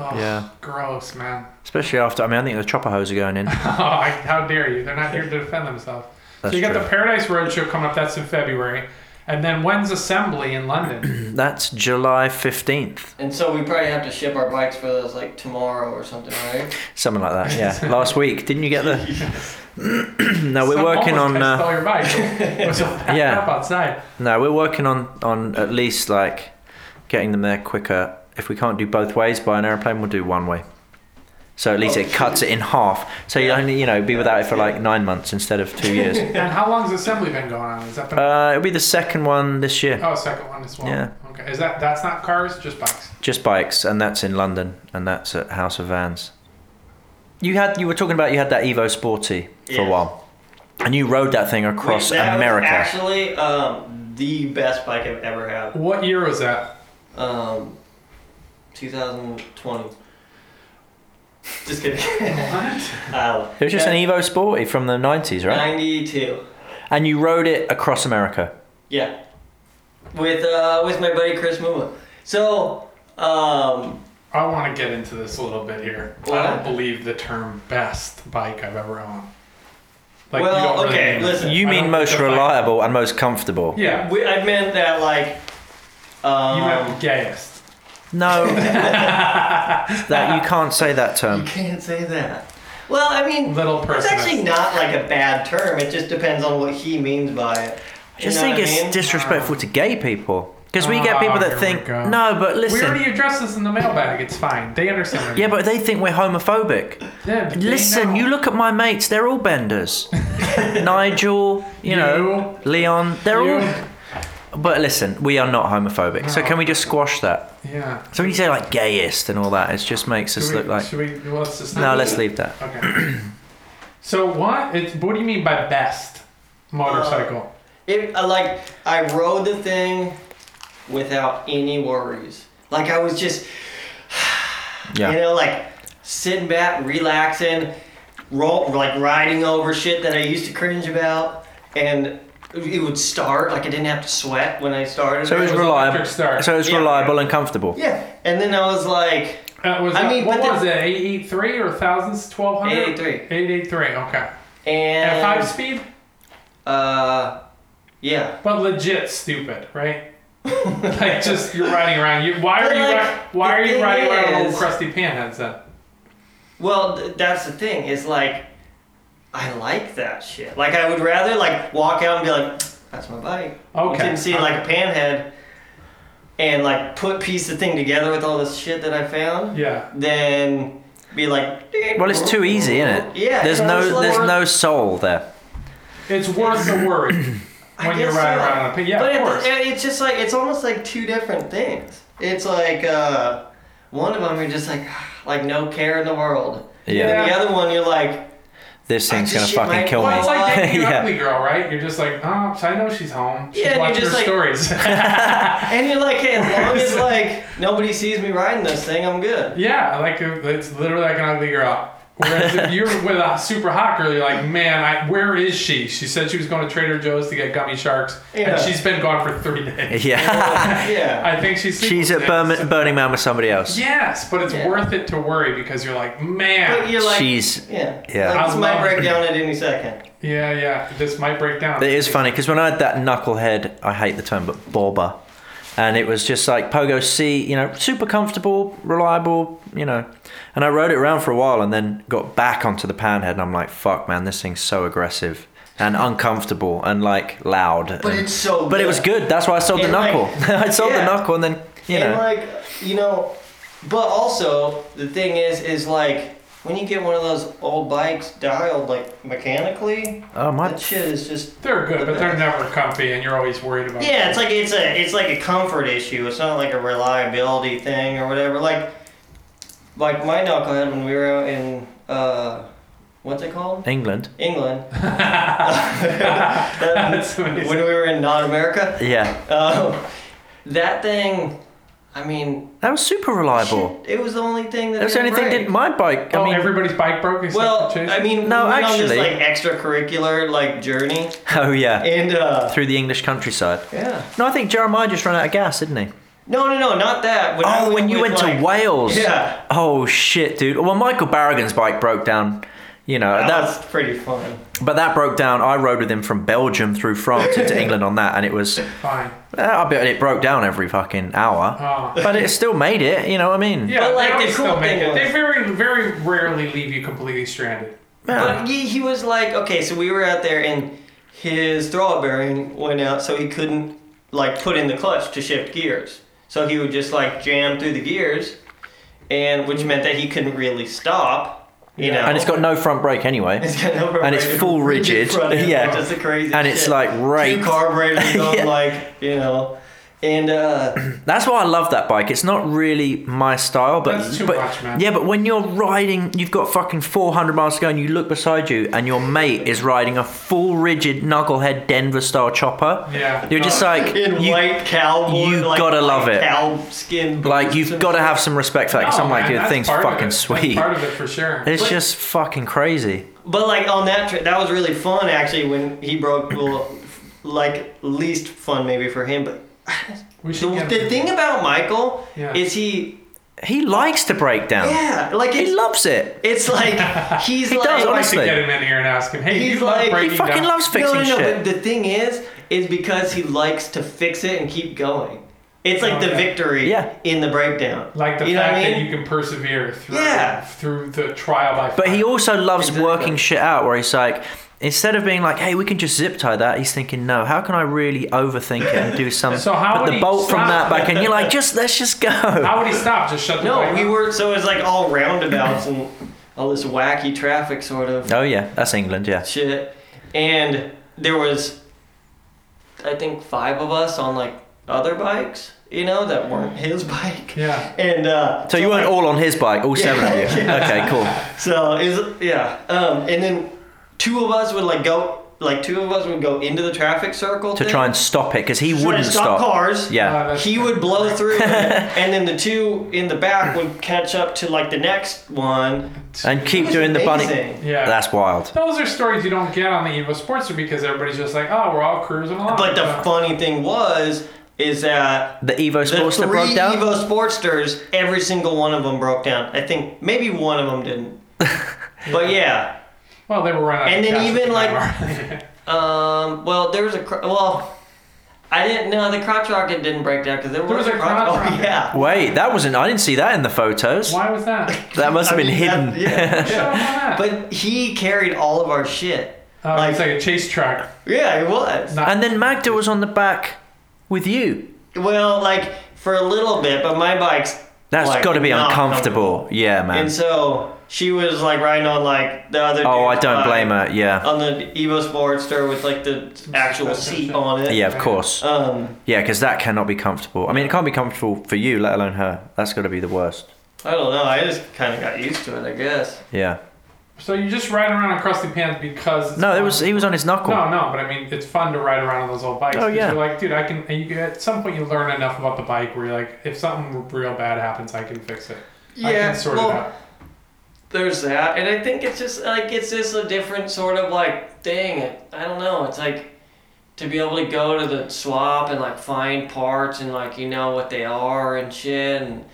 Oh,
Yeah.
gross, man.
Especially after I mean I think the chopper hose are going in.
Oh, I, how dare you? They're not here to defend themselves.
That's
so you got
true.
the Paradise Road show coming up. That's in February, and then when's Assembly in London?
That's July fifteenth.
And so we probably have to ship our bikes for those like tomorrow or something, right?
Something like that, yeah. last week. Didn't you get the No, we're
Some-
working
almost
on
I
uh,
stole your bike. It was all packed
Yeah.
up outside.
No, we're working on on at least like getting them there quicker. If we can't do both ways by an airplane, we'll do one way. So at least
Oh,
it cuts it in half. So you
Yeah.
only you know be without it for like nine months instead of two years.
And how long's Assembly been going on? Is that been?
uh, it'll be the second one this year.
oh, second one as well.
yeah.
Okay. Is that that's not cars, just bikes?
Just bikes, and that's in London, and that's at House of Vans. You had you were talking about you had that Evo Sporty for a
Yes.
while, and you rode that thing across
Wait, that was
America.
actually, um, the best bike I've ever had.
What year was that?
Um, 2020. Just kidding. uh,
it was just an Evo Sporty from the nineties, right?
92.
And you rode it across America.
Yeah. With uh, with my buddy Chris Mua. So, um,
I want to get into this a little bit here. I
What?
don't believe the term "best bike I've ever owned."
Well, okay,
mean-
listen.
You
I
mean
don't
most
think that's
reliable and most comfortable.
Yeah,
we, I meant that like.
you
Um,
have the gayest.
No. that you can't say that term.
Can't say that. Well, I mean,
Little
it's
person.
actually not like a bad term. It just depends on what he means by it.
I
You
just
know
think
what
it's
I mean? Oh
disrespectful to gay people because we get
Ah,
people
here we
that think
go.
no, but
We
listen,
already addressed this in the mailbag. It's fine. They understand.
yeah, but they think we're homophobic.
Yeah, they
Listen,
know.
you look at my mates; they're all benders. Nigel, you, know, Leon, they're
You.
all. But listen, we are not homophobic, so can we just squash that?
Yeah.
So when you say like gayest and all that, it just makes us
Should we,
look like.
Should we? Well, let's just.
No, let's leave that.
Okay. so what? It's what do you mean by best motorcycle?
It, I, uh, like I rode the thing without any worries. Like I was just,
Yeah.
you know, like sitting back, relaxing, roll, like riding over shit that I used to cringe about, and it would start. Like I didn't have to sweat when I started.
So it was
was
reliable.
electric start.
So it was
Yeah.
reliable and comfortable.
yeah, and then I was like,
Uh, was
I
it-
mean,
what
but
was
the-
it? Eight eight three or thousands? Twelve hundred?
883.
Eight eight three. Okay. At
and
five speed,
uh, yeah.
but legit stupid, right? like just you're riding around. You, why are
But,
you
like,
ri- why
the
are you
thing
riding around with old
is-
crusty panheads then?
Well, th- that's the thing. Is like, I like that shit. Like, I would rather like walk out and be like, "That's my bike."
Okay.
You can see like a panhead, and like put piece the thing together with all this shit that I found.
Yeah.
Then be like,
Well, it's too easy, isn't it?
Yeah,
There's
it's
no,
like-
there's no soul there.
It's worth the worry when you're riding
guess so.
around on a pan. Yeah,
but
of
it-
course.
it- it's just like it's almost like two different things. It's like uh, one of them you're just like, like no care in the world.
Yeah.
Yeah.
And the other one you're like,
This thing's gonna
just shit
fucking
my
kill me.
Well, it's like dating your
Yeah.
ugly girl, right? You're just like, oh, so I know she's home. She's
Yeah, and you're
watching her
just like-
stories.
and you're like, hey, as long as like nobody sees me riding this thing, I'm good.
yeah, like uh, it's literally like an ugly girl. Whereas if you're with a super hot girl, you're like, man, I, where is she? She said she was going to Trader Joe's to get gummy sharks,
Yeah.
and she's been gone for three days.
Yeah.
yeah.
I think she's sleeping
She's at
with
Burma-
him, so-
Burning Man with somebody else.
Yes, but it's
Yeah.
worth it to worry because you're like, man,
But you're like,
She's.
yeah,
Yeah.
Like, this
I
might
love
break
it.
down at any second.
yeah, yeah, this might break down.
It is funny because when I had that knucklehead, I hate the term, but bobber, and it was just like Pogo C, you know, super comfortable, reliable, you know. And I rode it around for a while and then got back onto the panhead, and I'm like, fuck, man, this thing's so aggressive and uncomfortable and like loud.
But
and-
it's so.
But it was good. That's why I sold the
And, like,
knuckle. I sold the
yeah.
knuckle, and then you
and
know.
like you know, but also the thing is, is like when you get one of those old bikes dialed like mechanically,
oh my.
that shit is just.
They're good, but they're never comfy, and you're always worried about.
Yeah, it's like it's a it's like a comfort issue. It's not like a reliability thing or whatever. Like, like my knucklehead when we were out in uh, what's it called?
England.
England. That-
That's amazing.
when we were in non America.
Yeah,
Um, that thing, I mean,
that was super reliable.
shit, it was the only thing that.
That was the only thing. Didn't my bike? I
Oh,
mean,
everybody's bike broke except
Well,
for Chase.
I mean,
No,
we went on
actually-
this like extracurricular like journey,
oh yeah,
and uh,
through the English countryside.
yeah.
No, I think Jeremiah just ran out of gas, didn't he?
No, no, no, not that. When I
Oh, when you
with,
went to
like-
Wales.
Yeah.
Oh shit, dude. Well, Michael Barragan's bike broke down. You know
That
that,
was pretty fun.
but that broke down. I rode with him from Belgium through France into England on that, and it was.
fine.
I bet it broke down every fucking
Uh,
hour,
Oh.
but it still made it. You know what I mean?
Yeah,
But, like,
they
the
always
cool
still make
thing
it. They
was-
very, very rarely leave you completely stranded.
Yeah.
But he, he was like, okay, so we were out there and his throttle bearing went out, so he couldn't like put in the clutch to shift gears. So he would just like jam through the gears, and which meant that he couldn't really stop. You know,
And it's got no front brake anyway.
It's got no
and it's
carburetor.
full rigid.
Front end,
Yeah.
which is the crazy
And it's
shit.
like right.
Two carburetors on,
Yeah.
like you know, and uh,
That's why I love that bike. It's not really my style, but
That's too
but-
much, man.
yeah, but when you're riding, you've got fucking 400 miles to go, and you look beside you, and your mate is riding a full rigid knucklehead Denver style chopper.
Yeah.
you're just like
in
you,
white cowboy,
you
like,
gotta
like
love it.
Cow skin,
like
boots
you've
and
got to have some respect for that. Because
No,
I'm like,
man,
dude, the
Oh, that's
thing's
part of it.
fucking
That's
sweet.
part of it for sure.
It's
But-
just fucking crazy.
But like on that trip, that was really fun actually when he broke. Well, like least fun maybe for him, but
We should
the,
get
the thing about Michael
Yeah.
is he,
He likes to break down.
yeah, like
He
it's,
loves it.
it's like he's
He does,
like
I'd like to
honestly.
get him in here and ask him. Hey,
He's
you love
like-
breaking
He fucking
down.
loves fixing
no, no, no,
shit.
But the thing is, is because he likes to fix it and keep going. It's like the
Oh, Okay.
victory
Yeah.
in the breakdown.
Like the
you know
fact
what I mean?
that you can persevere through
Yeah.
through the trial by
But he also loves
Exactly.
working shit out where he's like, instead of being like, hey, we can just zip tie that, he's thinking, no, how can I really overthink it and do some,
So how
put
would
the
he
bolt from
stop?
that back in? You're like, just, let's just go.
How would he stop? Just shut the
no,
bike
we
off?
were so it was like all roundabouts and all this wacky traffic sort of
oh, yeah, that's England, yeah.
shit. And there was, I think, five of us on like other bikes, you know, that weren't his bike.
Yeah.
And uh,
So you weren't
like-
all on his bike, all seven of you. Okay, cool.
So is yeah, um, and then two of us would like go, like two of us would go into the traffic circle
To
thing,
try and stop it because he
try to
wouldn't
stop cars.
Uh,
Yeah.
that's-
He would blow through, it, and then the two in the back would catch up to like the next one.
And keep
It was
doing the bunny.
amazing.
Yeah.
That's wild.
Those are stories you don't get on the Evo Sportster because everybody's just like, oh, we're all cruising along.
But the
Uh,
funny thing was, is that
The Evo
the
Sportster
three
broke down?
Evo Sportsters, every single one of them broke down. I think maybe one of them didn't. But yeah,
well, they were running. out
And
of
then
gas
even,
at the
like-
bar.
um, well, there was a cr- well, I didn't know the crotch rocket didn't break down because there,
was a crotch
crotch.
rocket.
Oh yeah,
Wait, that wasn't, I didn't see that in the photos.
why was that?
That must have
I
been
mean,
hidden.
that- yeah.
Shut up on that.
but he carried all of our shit.
Uh,
like-
it's like a chase track.
Yeah, it was.
Not-
And then Magda was on the back with you.
Well, like for a little bit, but my bike's
That's
like,
got to be
not
uncomfortable. Yeah, man.
And so she was like riding on like the other.
oh, I
dude's
don't
bike
blame her.
Uh,
Yeah.
On the Evo Sportster with like the actual
stuff and
seat
shit.
on it.
Yeah, of course.
uh,
Um,
Yeah, because that cannot be comfortable. I mean, it can't be comfortable for you, let alone her. That's got to be the worst.
I don't know. I just kind of got used to it, I guess.
Yeah.
So you just ride around on crusty pants because it's
No, it
fun.
was he was on his knuckle.
No, no, but I mean, it's fun to ride around on those old bikes.
Oh,
'cause
yeah.
You're like, dude, I can. And you, at some point, you learn enough about the bike where you're like, if something real bad happens, I can fix it. I can sort
well,
it out.
there's that, and I think it's just like it's just a different sort of like thing. I don't know. It's like to be able to go to the swap and like find parts and like you know what they are and shit and.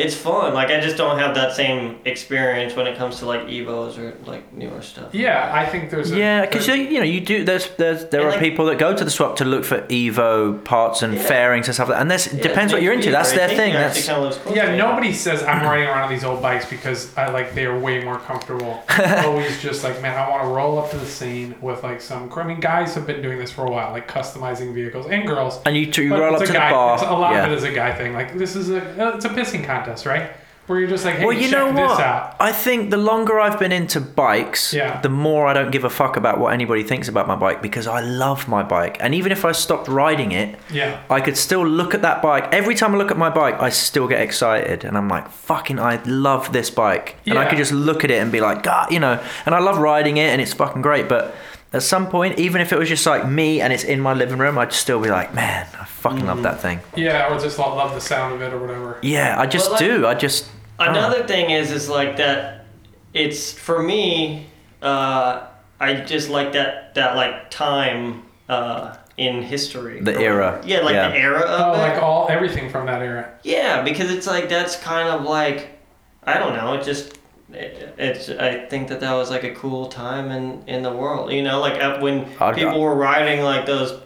It's fun. Like I just don't have that same experience when it comes to like Evos or like newer stuff.
Yeah, I think there's. A,
Yeah, because you
there's-
you know you do there's there's there
And,
are
like-
people that go to the swap to look for Evo parts and
Yeah.
fairings and stuff. like that. And that's it depends what you're into. That's their thing. That's
Yeah, nobody says I'm riding around on these old bikes because I like they are way more comfortable. Always just like, man, I want to roll up to the scene with like some. I mean, guys have been doing this for a while, like customizing vehicles and girls.
and you, you
But
roll up
it's
to
a
the
guy,
bar.
it's- A lot
yeah.
of it is a guy thing. Like this is a it's a pissing contest, right? Where you're just like, hey,
well, you
check
know
this
what?
out.
I think the longer I've been into bikes,
Yeah.
the more I don't give a fuck about what anybody thinks about my bike because I love my bike. And even if I stopped riding it,
Yeah.
I could still look at that bike. Every time I look at my bike, I still get excited and I'm like, fucking, I love this bike. And I
Yeah.
could just look at it and be like, God, you know, and I love riding it and it's fucking great. But at some point, even if it was just like me and it's in my living room, I'd still be like, man, I fucking
Mm-hmm.
love that thing.
Yeah, or just love, love the sound of it or whatever.
Yeah, I just
like-
do. I just. I don't know.
Another thing is, is like that. It's for me. Uh, I just like that that like time uh, in history.
The era.
Yeah, like
Yeah.
the era
Oh,
of it.
like all everything from that era.
yeah, because it's like that's kind of like I don't know. It just it, it's. I think that that was like a cool time in in the world. You know, like uh, when
I-
people were riding like those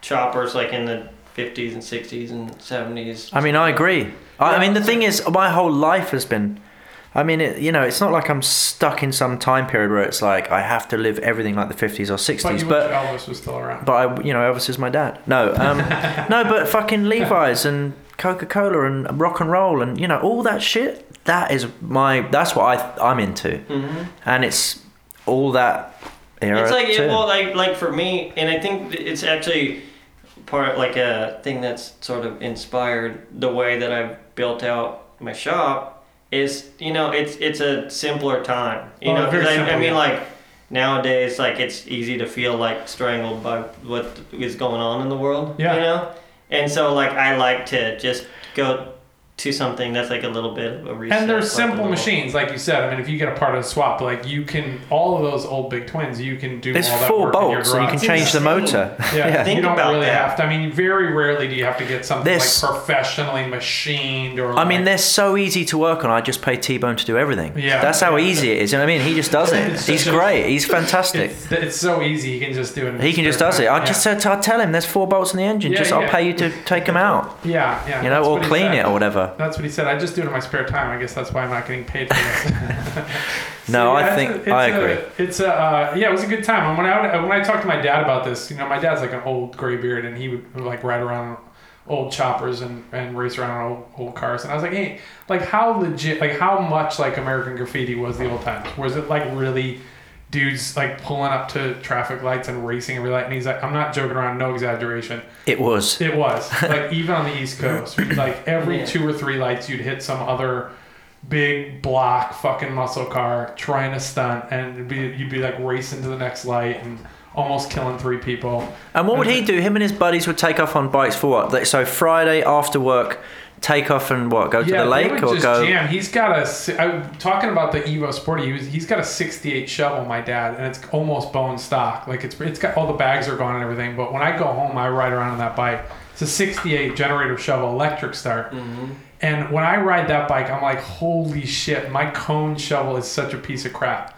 choppers, like in the fifties and sixties and seventies.
I mean, I agree. I, I mean, the thing is, my whole life has been. I mean, it, you know, it's not like I'm stuck in some time period where it's like I have to live everything like the 50s or
But
60s.
you
But
wish Elvis was still around.
but I, you know, Elvis is my dad. No, um, no, but fucking Levi's and Coca Cola and rock and roll and you know all that shit. That is my. That's what I I'm into,
Mm-hmm.
and it's all that era.
It's like
too.
it, well, like like for me, and I think it's actually part like a thing that's sort of inspired the way that I've built out my shop. Is you know it's it's a simpler time. You
Oh,
know, 'cause
very
I, I
simple,
mean
yeah.
like nowadays like it's easy to feel like strangled by what is going on in the world.
Yeah.
You know, and so like I like to just go to something that's like a little bit of a reset.
And they're
like a
simple
little-
machines, like you said. I mean, if you get a part of the swap, like you can, all of those old big twins, you can do
There's
all that
four
work in your
bolts, and you can
garage.
change the motor.
Yeah,
Think
you don't
about
really
that.
have to. I mean, very rarely do you have to get something
This-
like professionally machined or.
I mean,
like,
they're so easy to work on. I just pay T Bone to do everything.
Yeah.
That's how easy it is. You know what I mean? He just does it. He's great. He's fantastic.
it's, it's so easy. He can just do it. in
He
his
can just
spare
does it. I
time.
just said, I tell him there's four bolts in the engine.
Yeah,
just I'll
yeah.
pay you to take them out.
yeah, yeah, yeah.
You know,
that's
or
what he
clean
said.
it or whatever.
That's what he said. I just do it in my spare time. I guess that's why I'm not getting paid for this.
No, I
that's
think-
it's
I
a-
agree.
it's a uh, yeah, it was a good time. And when I would- when I talked to my dad about this, you know, my dad's like an old graybeard, and he would like ride around on old choppers and, and race around on old, old cars. And I was like, hey, like how legit, like how much like American graffiti was the old times? Was it like really? Dudes like pulling up to traffic lights and racing every light, and he's like, "I'm not joking around, no exaggeration.
It was.
It was like even on the East Coast, like every
Yeah.
two or three lights, you'd hit some other big block fucking muscle car trying to stunt, and it'd be, you'd be like racing to the next light and almost killing three people.
And what would he do? Him and his buddies would take off on bikes for what? Like, So Friday after work, take off and what? Go to
Yeah,
the
they
lake
would
or
just
go?
jam. He's got a. si- I'm talking about the Evo Sporty. He was, he's got a '68 shovel, my dad, and it's almost bone stock. Like it's it's got all the bags are gone and everything. But when I go home, I ride around on that bike. It's a '68 generator shovel, electric start. And when I ride that bike, I'm like, holy shit! My cone shovel is such a piece of crap.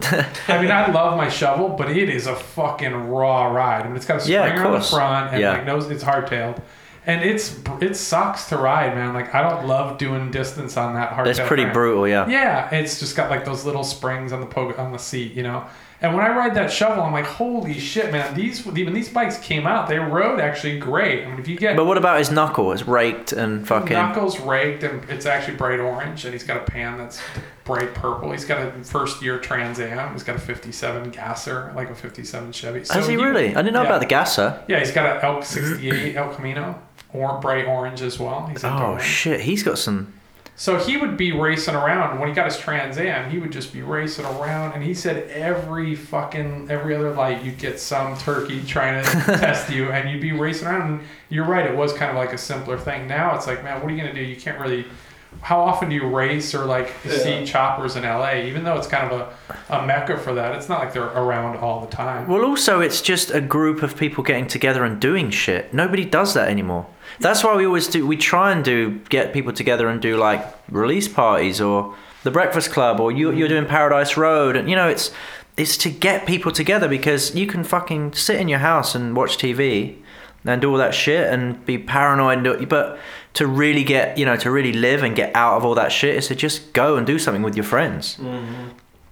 I mean, I love my shovel, but it is a fucking raw ride. I mean, it's got a spring
Yeah, of
on the
course.
front and
Yeah.
like nose. It's hardtailed. And it's it sucks to ride, man. Like I don't love doing distance on that hardtail.
That's pretty
frame.
brutal, yeah.
Yeah, it's just got like those little springs on the po- on the seat, you know. And when I ride that shovel, I'm like, holy shit, man! These when these bikes came out, they rode actually great. I mean, if you get
But what about his knuckle? It's raked and fucking.
knuckles raked and it's actually bright orange, and he's got a pan that's bright purple. He's got a first year Trans Am. He's got a '57 Gasser, like a '57 Chevy. So
Has he really? I didn't know
yeah.
about the gasser.
Yeah, he's got an Elk 68 El Camino, or bright orange as well. He's into
Oh
orange.
shit, he's got some.
So he would be racing around when he got his Trans Am. He would just be racing around, and he said every fucking every other light you'd get some turkey trying to test you, and you'd be racing around. And you're right, it was kind of like a simpler thing. Now it's like, man, what are you gonna do? You can't really. How often do you race or like see choppers in LA? Even though it's kind of a, a mecca for that, it's not like they're around all the time.
Well, also it's just a group of people getting together and doing shit. Nobody does that anymore. That's why we always do. We try and do get people together and do like release parties or the Breakfast Club or you, you're doing Paradise Road and you know it's it's to get people together because you can fucking sit in your house and watch TV and do all that shit and be paranoid. And do it, but to really get you know to really live and get out of all that shit is to just go and do something with your friends.
Mm-hmm.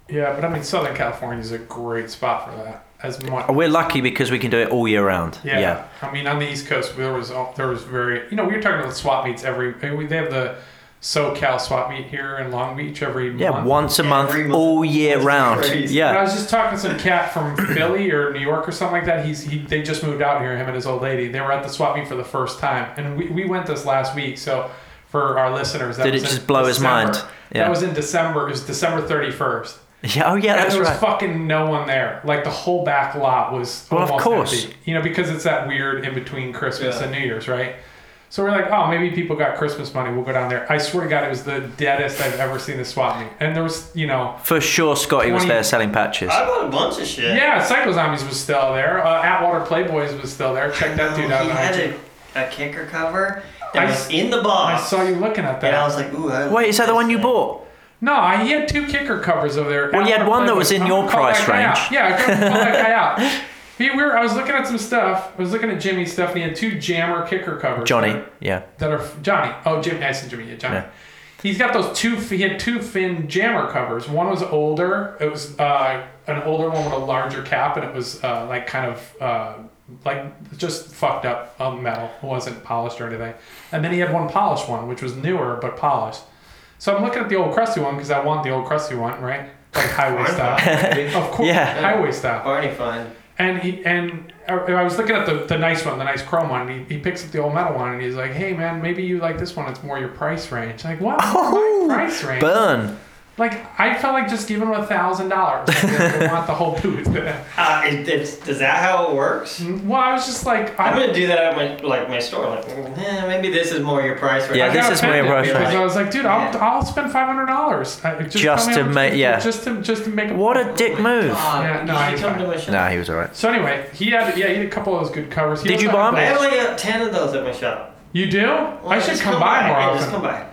Yeah, but I mean, Southern California is a great spot for that. As much
We're lucky because we can do it all year round.
Yeah.
Oh, yeah.
I mean, on the East Coast, there was all- there was very you know we were talking about swap meets every eh, we- they have the SoCal swap meet here in Long Beach every
Yeah,
month.
once a month,
Every month.
all year
That's
round.
crazy.
And I
Yeah.
was just talking to some cat from Philly or New York or something like that. He's he, they just moved out here, him and his old lady. They were at the swap meet for the first time, and we, we went this last week. So for our listeners, that
Did
was
it
in
just blow his
December.
mind? Yeah.
That was in December. It was December thirty first.
Yeah. Oh, yeah,
And
that's
there was
right.
fucking no one there. Like the whole back lot was
Well, of
almost
course.
empty. You know, because it's that weird in between Christmas
Yeah.
and New Year's, right? So we're like, oh, maybe people got Christmas money. We'll go down there. I swear to God, it was the deadest I've ever seen the swap meet. And there was, you know,
For sure, Scotty was
20
there selling patches.
I bought a bunch of shit.
yeah, Psycho Zombies was still there. Uh, Atwater Playboys was still there. Check that
No,
dude out.
He
on
had
IG.
a, a kicker cover that
I
was
s-
in the
I
box.
saw you looking at that.
And I was like, ooh. I
Wait, is that the one you bought?
No, I- he had two kicker covers over there.
Well, he had
Outward
one that was
Playboy.
in
I'm
your
gonna call
price
that guy
range.
out. Yeah, I'm gonna call that guy out. He, we were, I was looking at some stuff. I was looking at Jimmy's stuff, and he had two jammer kicker covers.
Johnny. Yeah.
That are Johnny. Oh, Jim. I said Jimmy. Yeah, Johnny.
Yeah.
He's got those two. He had two fin jammer covers. One was older. It was uh, an older one with a larger cap, and it was uh, like kind of uh, like just fucked up um, metal. It wasn't polished or anything. And then he had one polished one, which was newer but polished. So I'm looking at the old crusty one because I want the old crusty one, right? Like highway style. of course,
Yeah.
highway style.
Barney find.
And he and I- I was looking at the, the nice one, the nice chrome one. And he, he picks up the old metal one, and he's
Oh,
like, "Hey man, maybe you like this one. It's more your price range." I'm like what? My price range?
Burn.
Like I felt like just giving him a thousand dollars. I want the whole booth.
Uh, it, it's, is that how it works?
well, I was just like,
I'm
I,
gonna do that at my like my store. Like, eh, maybe this is more your price. Right
I
Yeah,
got
this is my
offended
approach,
because
right?
I was like, dude, I'll,
Yeah.
I'll spend five hundred dollars uh, just, tell
Just
me
to
how much-
make- yeah.
just to just to make a
What a
Oh
dick move.
Yeah, no,
Oh you
he's
come
fine.
to my shop.
Nah, he was alright.
So anyway, he had yeah, he had a couple of those good covers. He
Did you
also
buy
had
I
them?
have
those-
like uh, ten of those at my shop.
You do?
Well,
I should
just
come, by, more
Yeah,
often.
Just come by.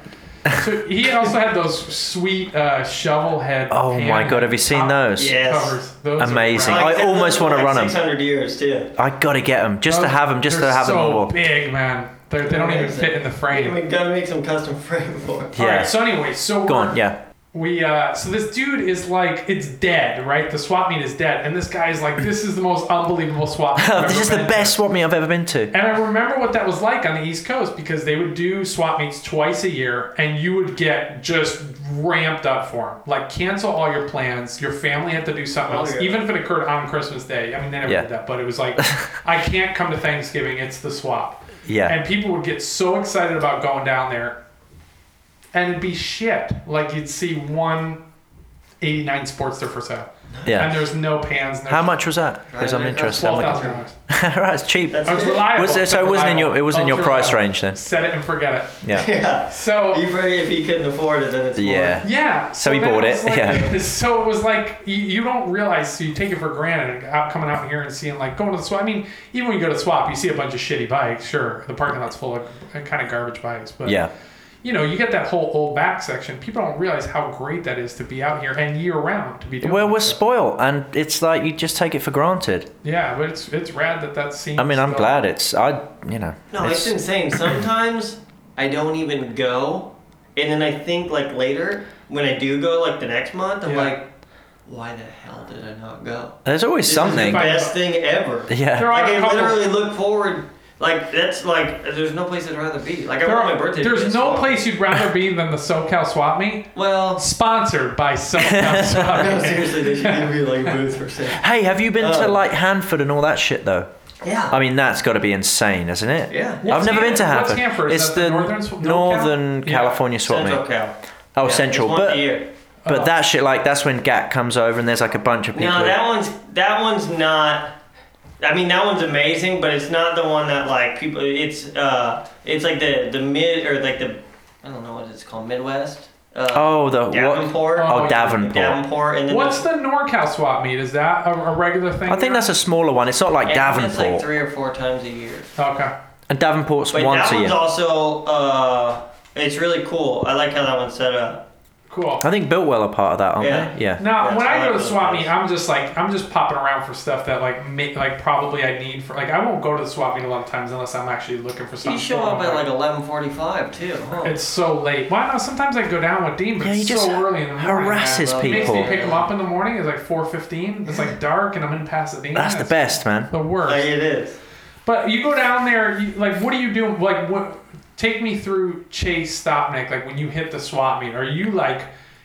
So he also had those sweet uh, shovel head.
Oh
pan
my god, have you seen
top
those?
Yeah. Yes.
Covers. Those are
Amazing.
rad.
I almost wanna run 'em.
Six hundred years too.
I gotta get them just to
Those-
have them, just to
they're
have them on the
So
wall.
big, man. They're, they don't even fit in the
We
frame.
gotta make some custom frame for it.
Yeah.
All right. So anyway, so
Go
we're-
on, yeah.
we uh, so this dude is like it's dead, right? The swap meet is dead, and this guy is like, this is the most unbelievable swap. meet I've
This
ever
is the
been to."
best swap meet I've ever been to.
And I remember what that was like on the East Coast because they would do swap meets twice a year and you would get just ramped up for them. Like, cancel all your plans. Your family had to do something
Oh,
else,
yeah.
even if it occurred on Christmas Day. I mean, they never
Yeah.
did that, but it was like, I can't come to Thanksgiving. It's the swap.
Yeah.
And people would get so excited about going down there and it'd be shit. Like, you'd see one 89 Sportster for sale.
Yeah.
And there's no pans. And
How much was that? Because I'm
Right,
interested. I'm like-
$12,000.
right, it's cheap.
That's
I was reliable.
Was it- so it wasn't in your- it wasn't in your
Ultra
price
reliable.
range then?
Set it and forget it.
Yeah.
Yeah.
So
You probably, if you couldn't afford it, then it's more.
Yeah.
yeah.
So he
then
bought
was
it,
like-
yeah.
So it was like you, you don't realize. So you take it for granted. Out coming out here and seeing like going to the swap. I mean, even when you go to swap, you see a bunch of shitty bikes. Sure, the parking lot's full of kind of garbage bikes, but
Yeah.
You know, you get that whole old back section. People don't realize how great that is to be out here and year round to be doing.
Well,
that
we're
stuff.
spoiled, and it's like you just take it for granted.
yeah, but it's it's rad that that scene.
I mean, I'm glad it's I, you know.
No, it's,
it's-
insane. Sometimes I don't even go, and then I think like later when I do go, like the next month, I'm
Yeah.
like, why the hell did I not go?
there's always
This is
something.
the best thing ever.
There
Yeah.
are
Like
a
I
couple-
literally look forward. Like that's like there's no place I'd rather be. Like I
There
want my
are,
birthday. to be
there's
this
no
fall.
place you'd rather be than the SoCal Swap Meet.
Well,
Sponsored by SoCal Swap
no,
Meet.
seriously, they should give me like booth for sale.
Hey, have you been to
Oh.
like Hanford and all that shit though?
Yeah.
I mean, that's got to be insane, isn't it?
Yeah.
What's
I've never been to
Han- what's
Hanford.
Hanford? Is
It's
that the
the
northern sw-
Northern
NorCal? Yeah.
California swap
Central
meet.
Cal.
Oh,
Yeah,
Central,
it's once
but
a year.
but that shit like that's when Gat comes over and there's like a bunch of people.
No, uh, that one's that one's not. I mean, that one's amazing, but it's not the one that like people. It's uh, it's like the the mid or like the I don't know what it's called, Midwest. Uh,
oh, the what?
Davenport.
Oh,
Oh, Davenport.
Davenport, and then
What's the NorCal swap meet? Is that a, a regular thing?
I think that's a smaller one. It's not like
It's like
Davenport.
three or four times a year.
okay.
and Davenport's
But
once
that
a
one's
year.
also uh, it's really cool. I like how that one's set up.
Cool.
I think Biltwell are part of that, aren't
Yeah.
they? Yeah.
Now,
That's
when I
how
go
I
to
feel
swap
about
meet,
it.
I'm just like I'm just popping around for stuff that like make like probably I need for like I won't go to the swap meet a lot of times unless I'm actually looking for something.
You show
for
up
my
at
bike.
like eleven forty-five too. Huh?
It's so late. Why not? Sometimes I go down with Dean, but
Yeah, he
it's
just
so early in the morning.
harasses
man. It makes me
people.
pick him up in the morning. It's like four fifteen. It's like dark, and I'm in Pasadena.
That's the
It's
best, man.
The worst.
Like Oh, it is.
But you go down there, you, like, what do you do? Like, what? Take me through Chase Stopnick. Like, when you hit the swap meet, are you like,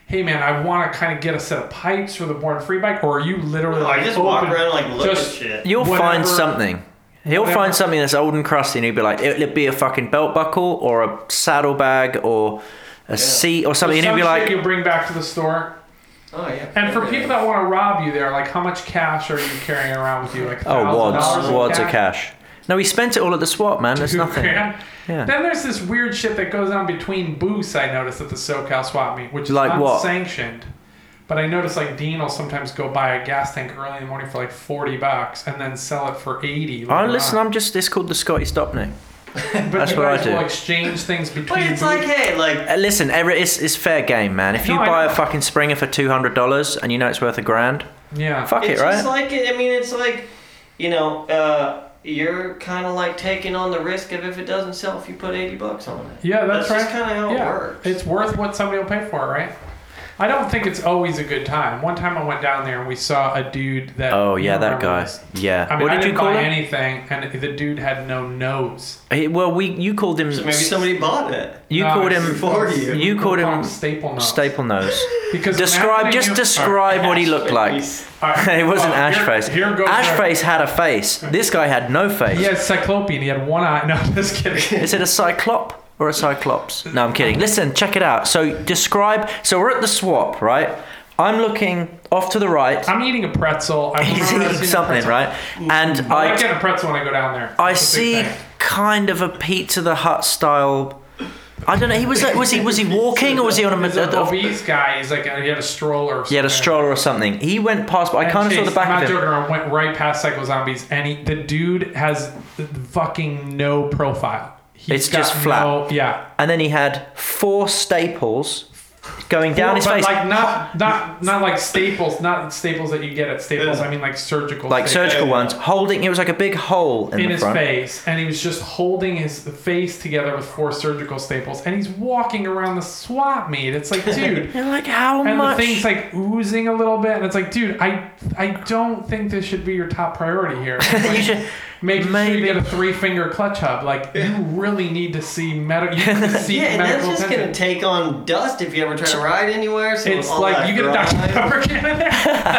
hey man, I want to kind of get a set of pipes for the born free bike, or are you literally like
I just walk
open-
around and like look
just-
at shit.
You'll
Whatever-
find something. He'll
whatever-
find something that's old and crusty, and he'll be like, it'll be a fucking belt buckle or a saddlebag or a seat or
some
something. And he'll be
shit
like,
you bring back to the store.
Oh yeah.
And for
Okay.
people that want to rob you, there, like, how much cash are you carrying around with you? Like,
oh,
$1,000
wads,
in
wads of cash. No, he spent it all at the swap, man. There's
Two
nothing.
grand.
Yeah.
Then there's this weird shit that goes on between booths. I noticed at the SoCal Swap Meet, which is
Like what?
unsanctioned. But I noticed like Dean will sometimes go buy a gas tank early in the morning for like forty bucks and then sell it for eighty.
Oh,
later
listen,
on.
I'm just, it's called the Scotty Stopnik.
but
that's
you
what I
guys
do.
will exchange things between.
But it's like,
booths.
hey, like
Uh, listen, every, it's, it's fair game, man. If you
No, I
buy
know.
a fucking Springer for $200 and you know it's worth a grand,
yeah,
fuck
it's
it, right?
just like I mean, it's like you know, uh, you're kind of like taking on the risk of if it doesn't sell, if you put eighty bucks on it.
yeah, that's,
That's
right.
just kinda how it
yeah.
works.
It's worth what somebody will pay for, it, right? I don't think it's always a good time. One time I went down there and we saw a dude that.
oh,
you
yeah, that
remember
guy.
this.
Yeah.
I mean,
what
I
did
didn't
you call
buy
him?
anything, and the dude had no nose.
He- well, we you called him.
So maybe somebody bought it.
You
No,
called
it's-
him.
for you.
You
We'll
called
call
him
staple nose.
Staple Nose.
Because
Describe,
imagine
just
you-
describe what he looked like.
All right.
It wasn't
Well, here-
Ashface.
Here goes
Ashface had a face. This guy had no
He
face.
had cyclopean. He had one eye. No, just kidding.
Is it a cyclop? or a Cyclops? No, I'm kidding. Listen, check it out. So describe. So we're at the swap, right? I'm looking off to the right.
I'm eating a pretzel. I
He's
remember
eating
a
something,
pretzel.
right? And
I like
I,
getting a pretzel when I go down there.
I
That's a big
see
thing.
kind of a Pizza the Hut style. I don't know. He was was he was he walking or was he on a?
He's an
a- a-
obese guy. He's like he had a stroller. Or
he had a
something.
stroller or something. He went past, but I kind of saw
Chase,
the back
I'm not
of him.
joking around. Went right past Psycho Zombies, and he, the dude has fucking no profile. He's
It's just
got
flat.
no- yeah.
and then he had four staples going down
Well,
his
but
face,
like not not not like staples, not staples that you get at Staples. I mean like surgical,
like
staples.
surgical ones, holding. It was like a big hole in,
in
the
his
front.
face, and he was just holding his face together with four surgical staples, and he's walking around the swap meet. It's like, dude.
You're like, how
And
much?
the thing's like oozing a little bit, and it's like, dude, I I don't think this should be your top priority here. It's
you
like,
should
Make sure you
Maybe.
get a three finger clutch hub. Like you really need to see medical.
Yeah, and that's
medical
just
attention.
gonna take on dust if you ever try to ride anywhere. So
It's
all
like
that
you get a
grime.
Dr Pepper can in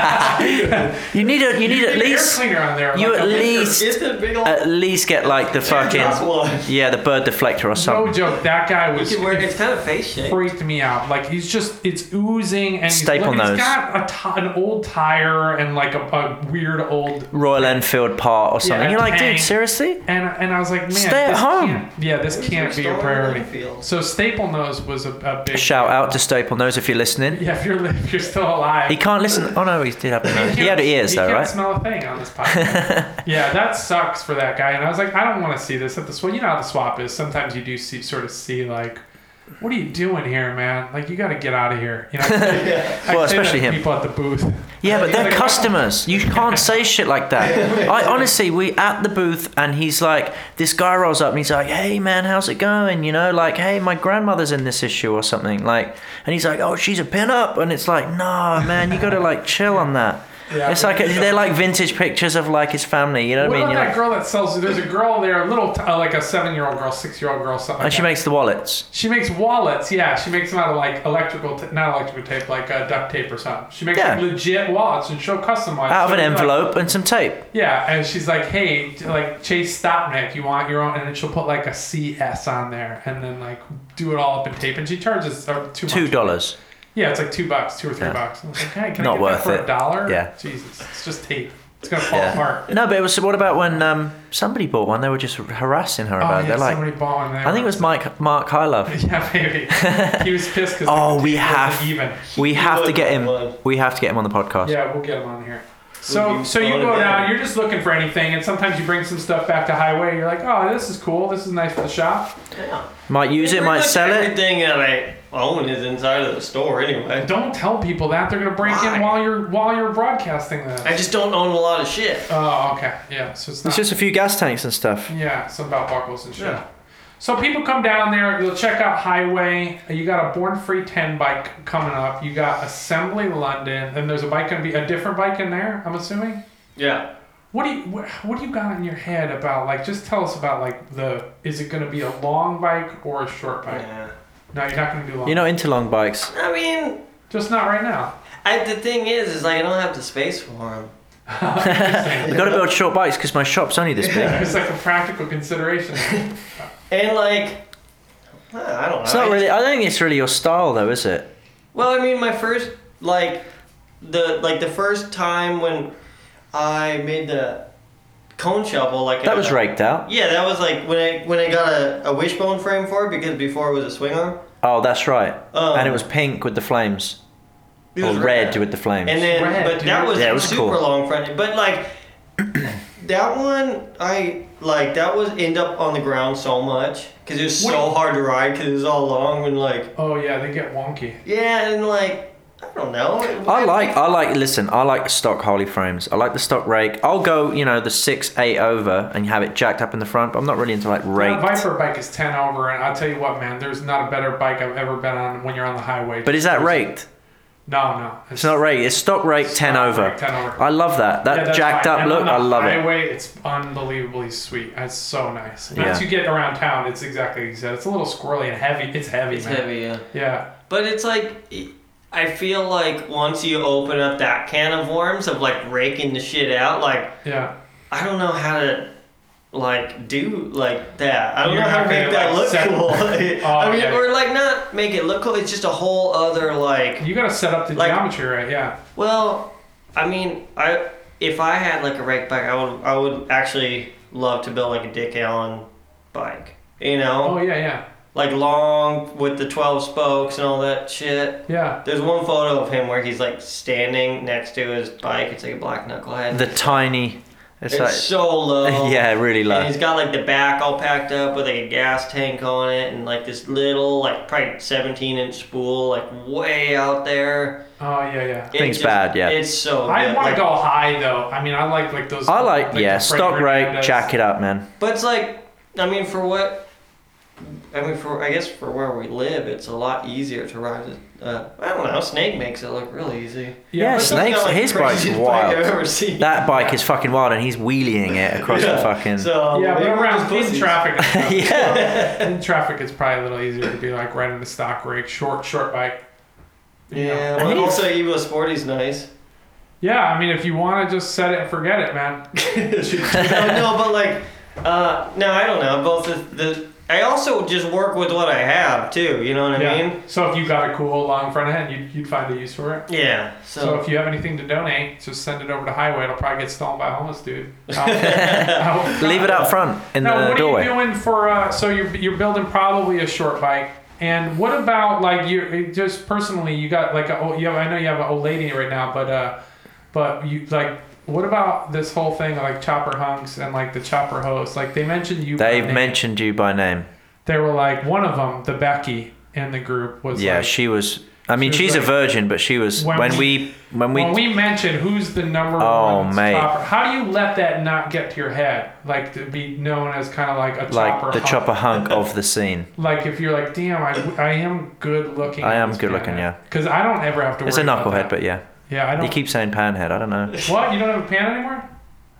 there.
you need a, you need at
An air
least
cleaner on there.
you
like
at
a-
least
It's a big old.
at least get like the
That's
fucking
one.
yeah the bird deflector or
No
something.
joke. That guy
You
was
can wear it's kind of face shape.
freaked me out. Like he's just it's oozing and he's,
Staple
look, he's
nose.
got a t- an old tire and like a, a weird old
Royal Enfield part or something.
Yeah,
You're like,
tank.
dude, seriously?
and and I was like, man,
Stay at
this
home.
Can't, yeah, this can't be a
restoring
priority.
Linfield.
So staple nose was a, a big
Shout out to Staple Nose if you're listening.
Yeah, if you're li- if you're still alive.
He can't listen. Oh no, he did have a nose. He
can't-
had ears
he
though,
can't
right?
smell a thing on this podcast. yeah, that sucks for that guy. And I was like, I don't want to see this at the swap. You know how the swap is. Sometimes you do see, sort of see like, what are you doing here, man? Like, you got to get out of here. You know, I
Well,
say that
especially
to
him.
People at the booth.
Yeah, but they're
Like,
customers. You can't say shit like that. I honestly, we at the booth, and he's like, this guy rolls up and he's like, hey man, how's it going? You know, like, hey, my grandmother's in this issue or something. Like, and he's like, oh, she's a pinup, and it's like, no, man, you gotta like chill on that.
Yeah.
it's like they're like vintage pictures of like his family. You know
What
what I mean?
about
You're
that
like-
girl that sells? There's a girl there, a little, t- uh, like a seven-year-old girl, six-year-old girl, something.
and
Like
she
that.
makes the wallets.
she makes wallets. Yeah, she makes them out of like electrical, t- not electrical tape, like uh, duct tape or something. She makes
Yeah.
like, legit wallets, and she'll customize
Out of an
So, like,
envelope and some tape.
Yeah, and she's like, "Hey, like Chase Stopnick, you want your own?" And then she'll put like a CS on there, and then like do it all up in tape. And she charges uh, too much.
Two dollars.
Yeah, it's like two bucks, two or three
Yeah.
bucks. And I was like, "Hey, can
Not
I get
worth
that for
it.
a dollar?"
Yeah.
Jesus, it's just tape. It's gonna fall
Yeah.
apart.
No, but it was. What about when um, somebody bought one? They were just harassing her
Oh,
about. it.
yeah,
they're like,
somebody bought one there.
I think it was Mike Mark Hylove.
Yeah, maybe. He was pissed because
Oh, we have-
even.
We have to get him.
Blood.
We have to get him on the podcast.
Yeah, we'll get him on here. So,
be
so you
fun
go
to
down.
have.
You're just looking for anything, and sometimes you bring some stuff back to Highway. You're like, "Oh, this is cool. This is nice for the shop."
Yeah.
Might use it,
Pretty
might
much
sell it.
Everything that I own is inside of the store anyway.
Don't tell people that they're gonna break in
Why?
while you're while you're broadcasting this.
I just don't own a lot of shit.
oh, okay, yeah. So it's not.
It's just a few gas tanks and stuff.
yeah, some belt buckles and shit.
Yeah.
So people come down there. You'll check out Highway. You got a Born Free Ten bike coming up. You got Assembly London. Then there's a bike gonna be a different bike in there. I'm assuming.
Yeah.
What do you what, what do you got in your head about like? Just tell us about like the is it gonna be a long bike or a short bike?
yeah.
No, you're not gonna do long.
You're not into long bikes.
I mean,
just not right now.
I, the thing is, is like I don't have the space for them.
We've got to build short bikes because my shop's only this big.
it's like a practical consideration.
And like, I don't know.
It's not really. I don't think it's really your style, though, is it?
Well, I mean, my first like the like the first time when I made the cone shovel, like
That
a-
was raked out.
Yeah, that was like when I when I got a, a wishbone frame for it because before it was a swing arm.
Oh, that's right.
Um,
And it was pink with the flames,
It
or
was
red with the flames.
And then,
Red,
but that
dude.
was,
Yeah, it was
super
cool.
long front. But like that one, I like that was end up on the ground so much because it was
What-
so hard to ride because it was all long and like
oh yeah, they get wonky.
yeah and like I don't know. It-
I like, I like. Listen, I like the stock holy frames. I like the stock rake. I'll go, you know, the six eight over and have it jacked up in the front. But I'm not really into like
That
rake.
Viper bike is 10 over, and I'll tell you what, man, there's not a better bike I've ever been on when you're on the highway.
But is that raked?
No, no.
It's not rake. It's stock rake ten
Stock
over.
rake, 10 over.
I love that.
Yeah,
That
that's
jacked
fine.
up
And
look.
on the
I love it.
highway, It's unbelievably sweet. It's so nice.
Yeah.
Once you get around town, it's exactly like you said. It's a little squirrely and heavy. It's heavy,
It's
man.
heavy, yeah.
Yeah.
But it's like I feel like once you open up that can of worms of like raking the shit out, like
Yeah.
I don't know how to like do like that. I don't
You're
know how
not
to make
gonna,
that
like,
look
set-
cool.
Oh,
I mean,
yeah.
or like not make it look cool. It's just a whole other like.
You got to set up the
Like-
geometry right. Yeah.
Well, I mean, I if I had like a rake bike, I would I would actually love to build like a Dick Allen bike. You know,
Oh yeah, yeah,
like long with the twelve spokes and all that shit.
yeah.
There's one photo of him where he's like standing next to his bike. It's like a black knucklehead.
The tiny. It's,
it's
like.
so low.
yeah, really
And
low.
he's got like the back all packed up with like a gas tank on it and like this little like probably 17 inch spool like way out there.
Oh yeah, yeah.
It
Thing's bad, yeah.
It's so
I
good.
want to
like-
go high though. I mean, I like like those.
I like,
the
yeah, stock
Frederick
rake,
Hernandez.
jack it up, man.
But it's like, I mean, for what? I mean, for I guess for where we live, it's a lot easier to ride. A, uh, I don't know. Snake makes it look real easy.
Yeah,
Yeah,
but-
snake- Snake's-
It's not,
his
the
bike's
craziest
wild.
Bike I've ever seen.
That bike is fucking wild, and he's wheeling it across the fucking.
So
yeah, but
they were
around
just
thin
pussies.
traffic. and stuff.
yeah.
In traffic, it's probably a little easier to be like riding a stock rake, short, short bike. you know.
Yeah,
I
but
think
also Evo Sporty's nice.
Yeah, I mean, if you want to just set it and forget it, man.
no, no, but like, uh, no, I don't know. Both the, the I also just work with what I have too. You know what I
yeah.
mean?
so if you got a cool long front end, you'd, you'd find a use for it.
Yeah. So,
So, if you have anything to donate, just send it over to Highway. It'll probably get stolen by a homeless dude. Out- out-
Leave it out front in
Now,
the
what
doorway.
are you doing for? Uh, so you're you're building probably a short bike. And what about like you it just personally? You got like a old, you have, I know you have an old lady right now, but uh, but you like what about this whole thing of, like chopper hunks and like the chopper hose? Like they mentioned you. by
They've
name.
mentioned you by name.
They were like one of them, the Becky in the group was
Yeah,
like,
she was. I mean,
she was
she's
like-
a virgin, but she was
When we-
when, we, when we
when we mentioned who's the number
Oh,
one
mate.
chopper, how do you let that not get to your head? Like to be known as kind of like a
like
chopper
the
hunk.
chopper hunk of the scene.
Like if you're like, damn, I, I am good looking.
I am good looking, yeah.
Because I don't ever have to.
It's a
worry about
knucklehead,
that.
but yeah,
yeah, I
he
don't.
keeps saying panhead. I don't know.
What? You don't have a pan anymore?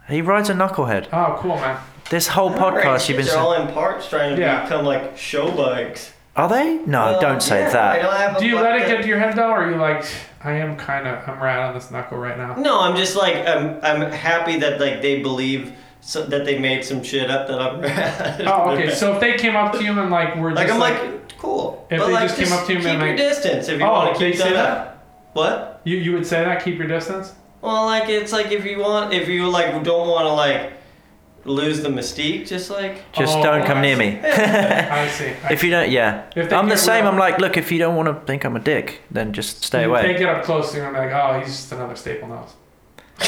He rides a knucklehead.
Oh, cool, man.
This whole podcast you've been.
They're
Saying,
all in parts trying to
Yeah.
become like show bikes.
are they? No,
Uh,
Well,
Oh, don't say
yeah, I
that.
don't have a
Do you
fuck-
let it get to your head though, or are you like, I am kind of, I'm right on this knuckle right now?
No, I'm just like I'm. I'm happy that like they believe so, that they made some shit up that I'm.
Oh, okay. So if they came up to you and like were just
like I'm like cool.
If
but
they
like
just came up to you and
keep
like-
your distance if you
Oh,
want to
they
keep
say
that. up. What?
you, you would say that, keep your distance.
Well, like it's like if you want, if you like don't want to like lose the mystique, just like
Just
Oh,
don't
I
come near
see.
me.
I see. I
If you don't, yeah.
If they
I'm the
get
same.
real-
I'm like, look, if you don't want to think I'm a dick, then just stay
you
away.
Take it up close, and I'm like, oh, he's just another staple nose.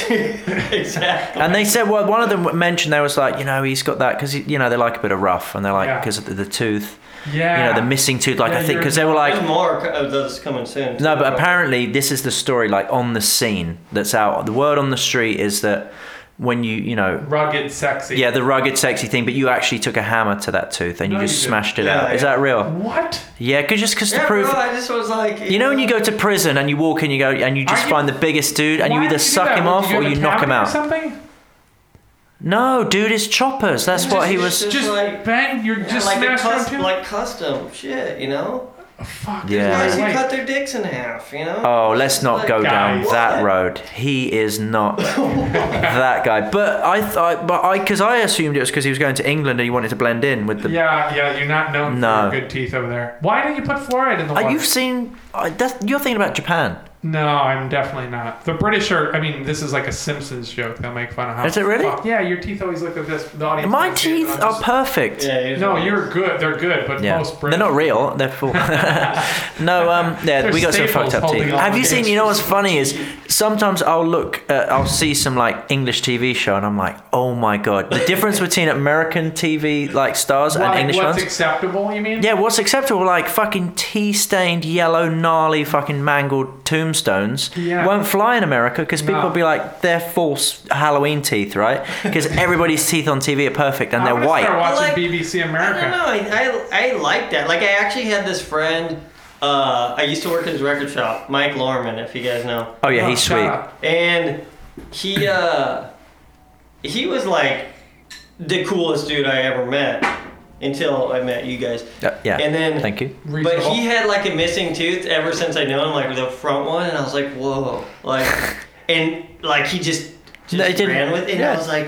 exactly.
And they said, well, one of them mentioned they was like, you know, he's got that because you know they like a bit of rough, and they're like
Yeah.
because of the, the tooth,
Yeah.
you know, the missing tooth. Like
Yeah,
I think
you're-
because they were like,
There's more co- of those coming soon.
No, but apparently this is the story like on the scene that's out. The word on the street is that when you, you know,
rugged, sexy.
yeah, the rugged, sexy thing, but you actually took a hammer to that tooth and you
No,
just
you didn't.
smashed it
Yeah,
out. Is
yeah.
that real?
What?
Yeah, cause just because
yeah,
to prove,
bro, I just was like,
you know, when you go to prison and you walk in, you go and you just
Are you-
find the biggest dude and
Why
you
did
either
do
suck
that?
him
Would
off
you
or
go to
you knock him
tavern or
out.
Something.
No, dude, it's choppers. That's what he was.
Just
Just
like-
bang. You're
yeah,
just
like the
smashed
cus-
him. Oh,
like custom shit, you know.
Fuck.
Yeah.
Guys
there's no
who
way.
cut their dicks in half, you know.
Oh, let's not go down
Guys.
that road. He is not that guy. But I, th- but I, because I assumed it was because he was going to England and he wanted to blend in with the
Yeah, yeah, you're not known
No.
for your good teeth over there. Why don't you put fluoride in the water?
Are you've seen? I that, you're thinking about Japan.
No, I'm definitely not. The British are. I mean, this is like a Simpsons joke. They'll make fun of how.
Is it really?
fucked- Yeah, your teeth always look like this. The audience.
My
can't see it,
teeth
but I'm
are
just-
perfect.
yeah, here's
No,
one.
you're good. They're good, but
Yeah.
most
they're
British.
not real. They're full. no, um, yeah,
They're
we got some
staples
fucked up teeth.
holding on
Have you
to
seen?
it.
You know what's funny is sometimes I'll look, at, I'll see some like English TV show, and I'm like, oh my god, the difference between American TV like stars
Like,
and English
what's
ones.
acceptable? You mean?
yeah, what's acceptable? Like fucking tea-stained, yellow, gnarly, fucking mangled tombstones
Yeah.
won't fly in America because people
No.
will be like, they're false Halloween teeth, right? Because everybody's teeth on TV are perfect and
I'm
they're
gonna
white.
Start watching
like-
BBC
I don't
America.
know. I, I, I like that. Like, I actually had this friend. Uh, I used to work at his record shop, Mike Lorman, if you guys know.
Oh yeah,
Oh,
he's
shut
sweet.
up.
and he uh he was like the coolest dude I ever met until I met you guys.
Uh, yeah.
And then
Thank you.
but
Reasonable.
he had like a missing tooth ever since I knew him, like the front one, and I was like, whoa, like, and like he just just
No, he didn't-
ran with it. And
yeah.
I was like,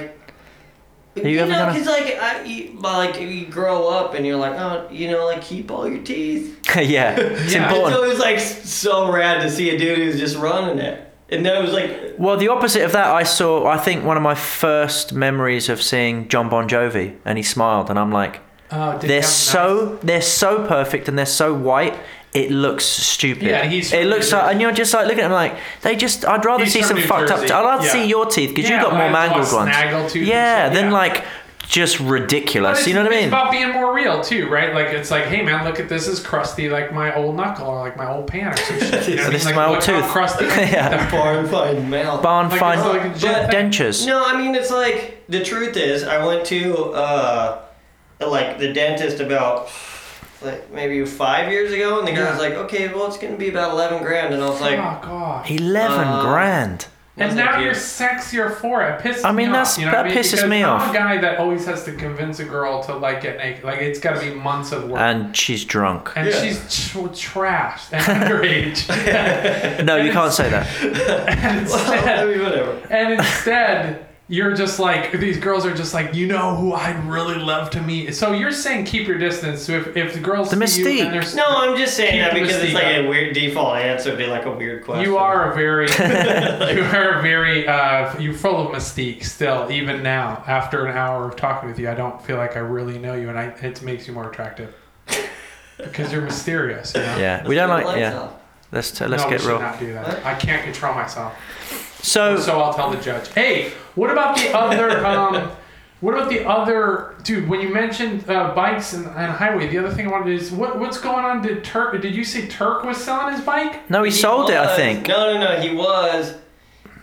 Are you ever
know,
gonna-
because like I, you, but, like you grow up and you're like, oh, you know, like keep all your teeth.
yeah, it's
Yeah.
It's
important.
always like so rad to see a dude who's just running it, and that was like,
Well, the opposite of that, I saw. I think one of my first memories of seeing John Bon Jovi, and he smiled, and I'm like,
Oh,
they're so they're so perfect and they're so white. It looks stupid.
Yeah, he's from
it looks
New
like, and you're just like looking at him like they just. I'd rather
He's
see
from
some
New
fucked
Jersey.
up. I'd rather
Yeah.
see your teeth because
Yeah,
you've got
like,
more mangled
what,
ones.
snaggle tooth and
yeah,
shit,
then
yeah.
like just ridiculous. You know what I
It's
mean?
about being more real too, right? Like it's like, hey man, look at this is crusty like my old knuckle or like my old pan or some shit. You know what I mean?
This is
Like,
my old
look how
tooth.
Crusty.
Yeah.
barn find mouth.
Barn
Like,
find
it's like a jet-
dentures.
No, I mean it's like the truth is I went to uh like the dentist about like maybe five years ago and the guy
Yeah.
was like, Okay, well it's gonna be about eleven grand and I was like
Fuck off.
Eleven
Uh,
grand.
And
Wasn't
now
it
you're
you?
sexier for it. Pisses
I mean,
me
that's-
off, you know
that
what I mean?
pisses
Because
me
I'm
off.
a guy that always has to convince a girl to like get naked. Like it's got to be months of work.
And she's drunk.
and
Yeah.
she's tr- trashed and underage.
No, you
and
can't
it's-
say that.
and
I
instead,
mean whatever.
and instead, you're just like these girls are just like, you know who I'd really love to meet. So you're saying keep your distance. So if if the girls
The
see you
mystique.
and there's
No, I'm just saying
Keep
that
the
because it's
mystique
like
up.
a weird default answer to like a weird question.
You are a very, you are a very, uh, you're full of mystique still, even now. After an hour of talking with you, I don't feel like I really know you, and I, it makes you more attractive because you're mysterious. You know?
Yeah, we don't
Turn the
like.
lights
Yeah,
off.
let's t- let's
no,
get
we should
real.
Not do that. I can't control myself,
So,
so I'll tell the judge. Hey, what about the other? Um, what about the other dude? When you mentioned uh, bikes and, and highway, the other thing I wanted is what what's going on? Did Turk? Did you say Turk was selling his bike?
no, he, sold it. I
was-
think.
No, no, no. He was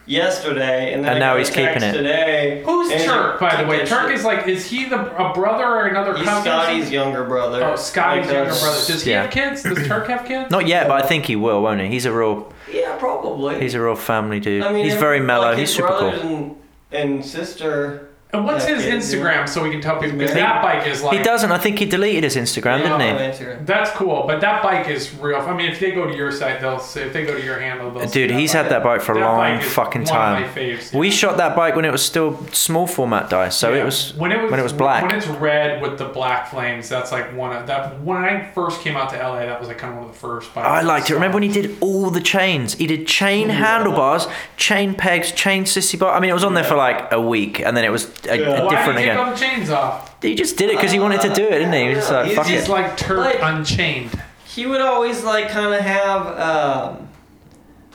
yesterday, and then
And
I
now
got a
he's keeping
text
it.
today.
Who's
and he's
Turk,
like,
by the way?
"Take that
Turk
shit."
is like, is he the a brother or another
He's
cousin?
Scotty's younger brother.
Oh, Scotty's
Like,
younger
that's-
brother. Does he
yeah.
have kids? Does Turk have kids?
Not yet, but I think he will, won't he? He's a real
Yeah, probably.
he's a real family dude.
I mean,
he's
if-
very mellow.
like,
he's
his
super cool.
brothers And, and sister.
And what's
Yeah,
his
yeah,
Instagram so we can tell people? Because
He-
that bike is like.
He doesn't. I think he deleted his Instagram,
Yeah,
didn't he?
on Instagram.
That's cool, but that bike is real. I mean, if they go to your site, they'll see. If they go to your handle, they'll see
Dude,
that
he's
bike.
had that bike for a
That
long
bike is
fucking
one
time.
Of my faves.
We shot that bike when it was still small format dice, so
Yeah.
it was
when it was
black.
When it's red with the black flames, that's like one of that. When I first came out to LA, that was like kind of one of the first bikes.
I liked it.
saw.
Remember when he did all the chains? He did chain handlebars, chain pegs, chain sissy bar. I mean, it was on there for like a week, and then it was a,
Yeah.
a
Why
different
did he take
again.
all the chains off?
He just did it because he wanted to do it, didn't he? He was just like,
He's
fuck
He's
it.
like Turk
Like-
Unchained.
He would always like kind of have um,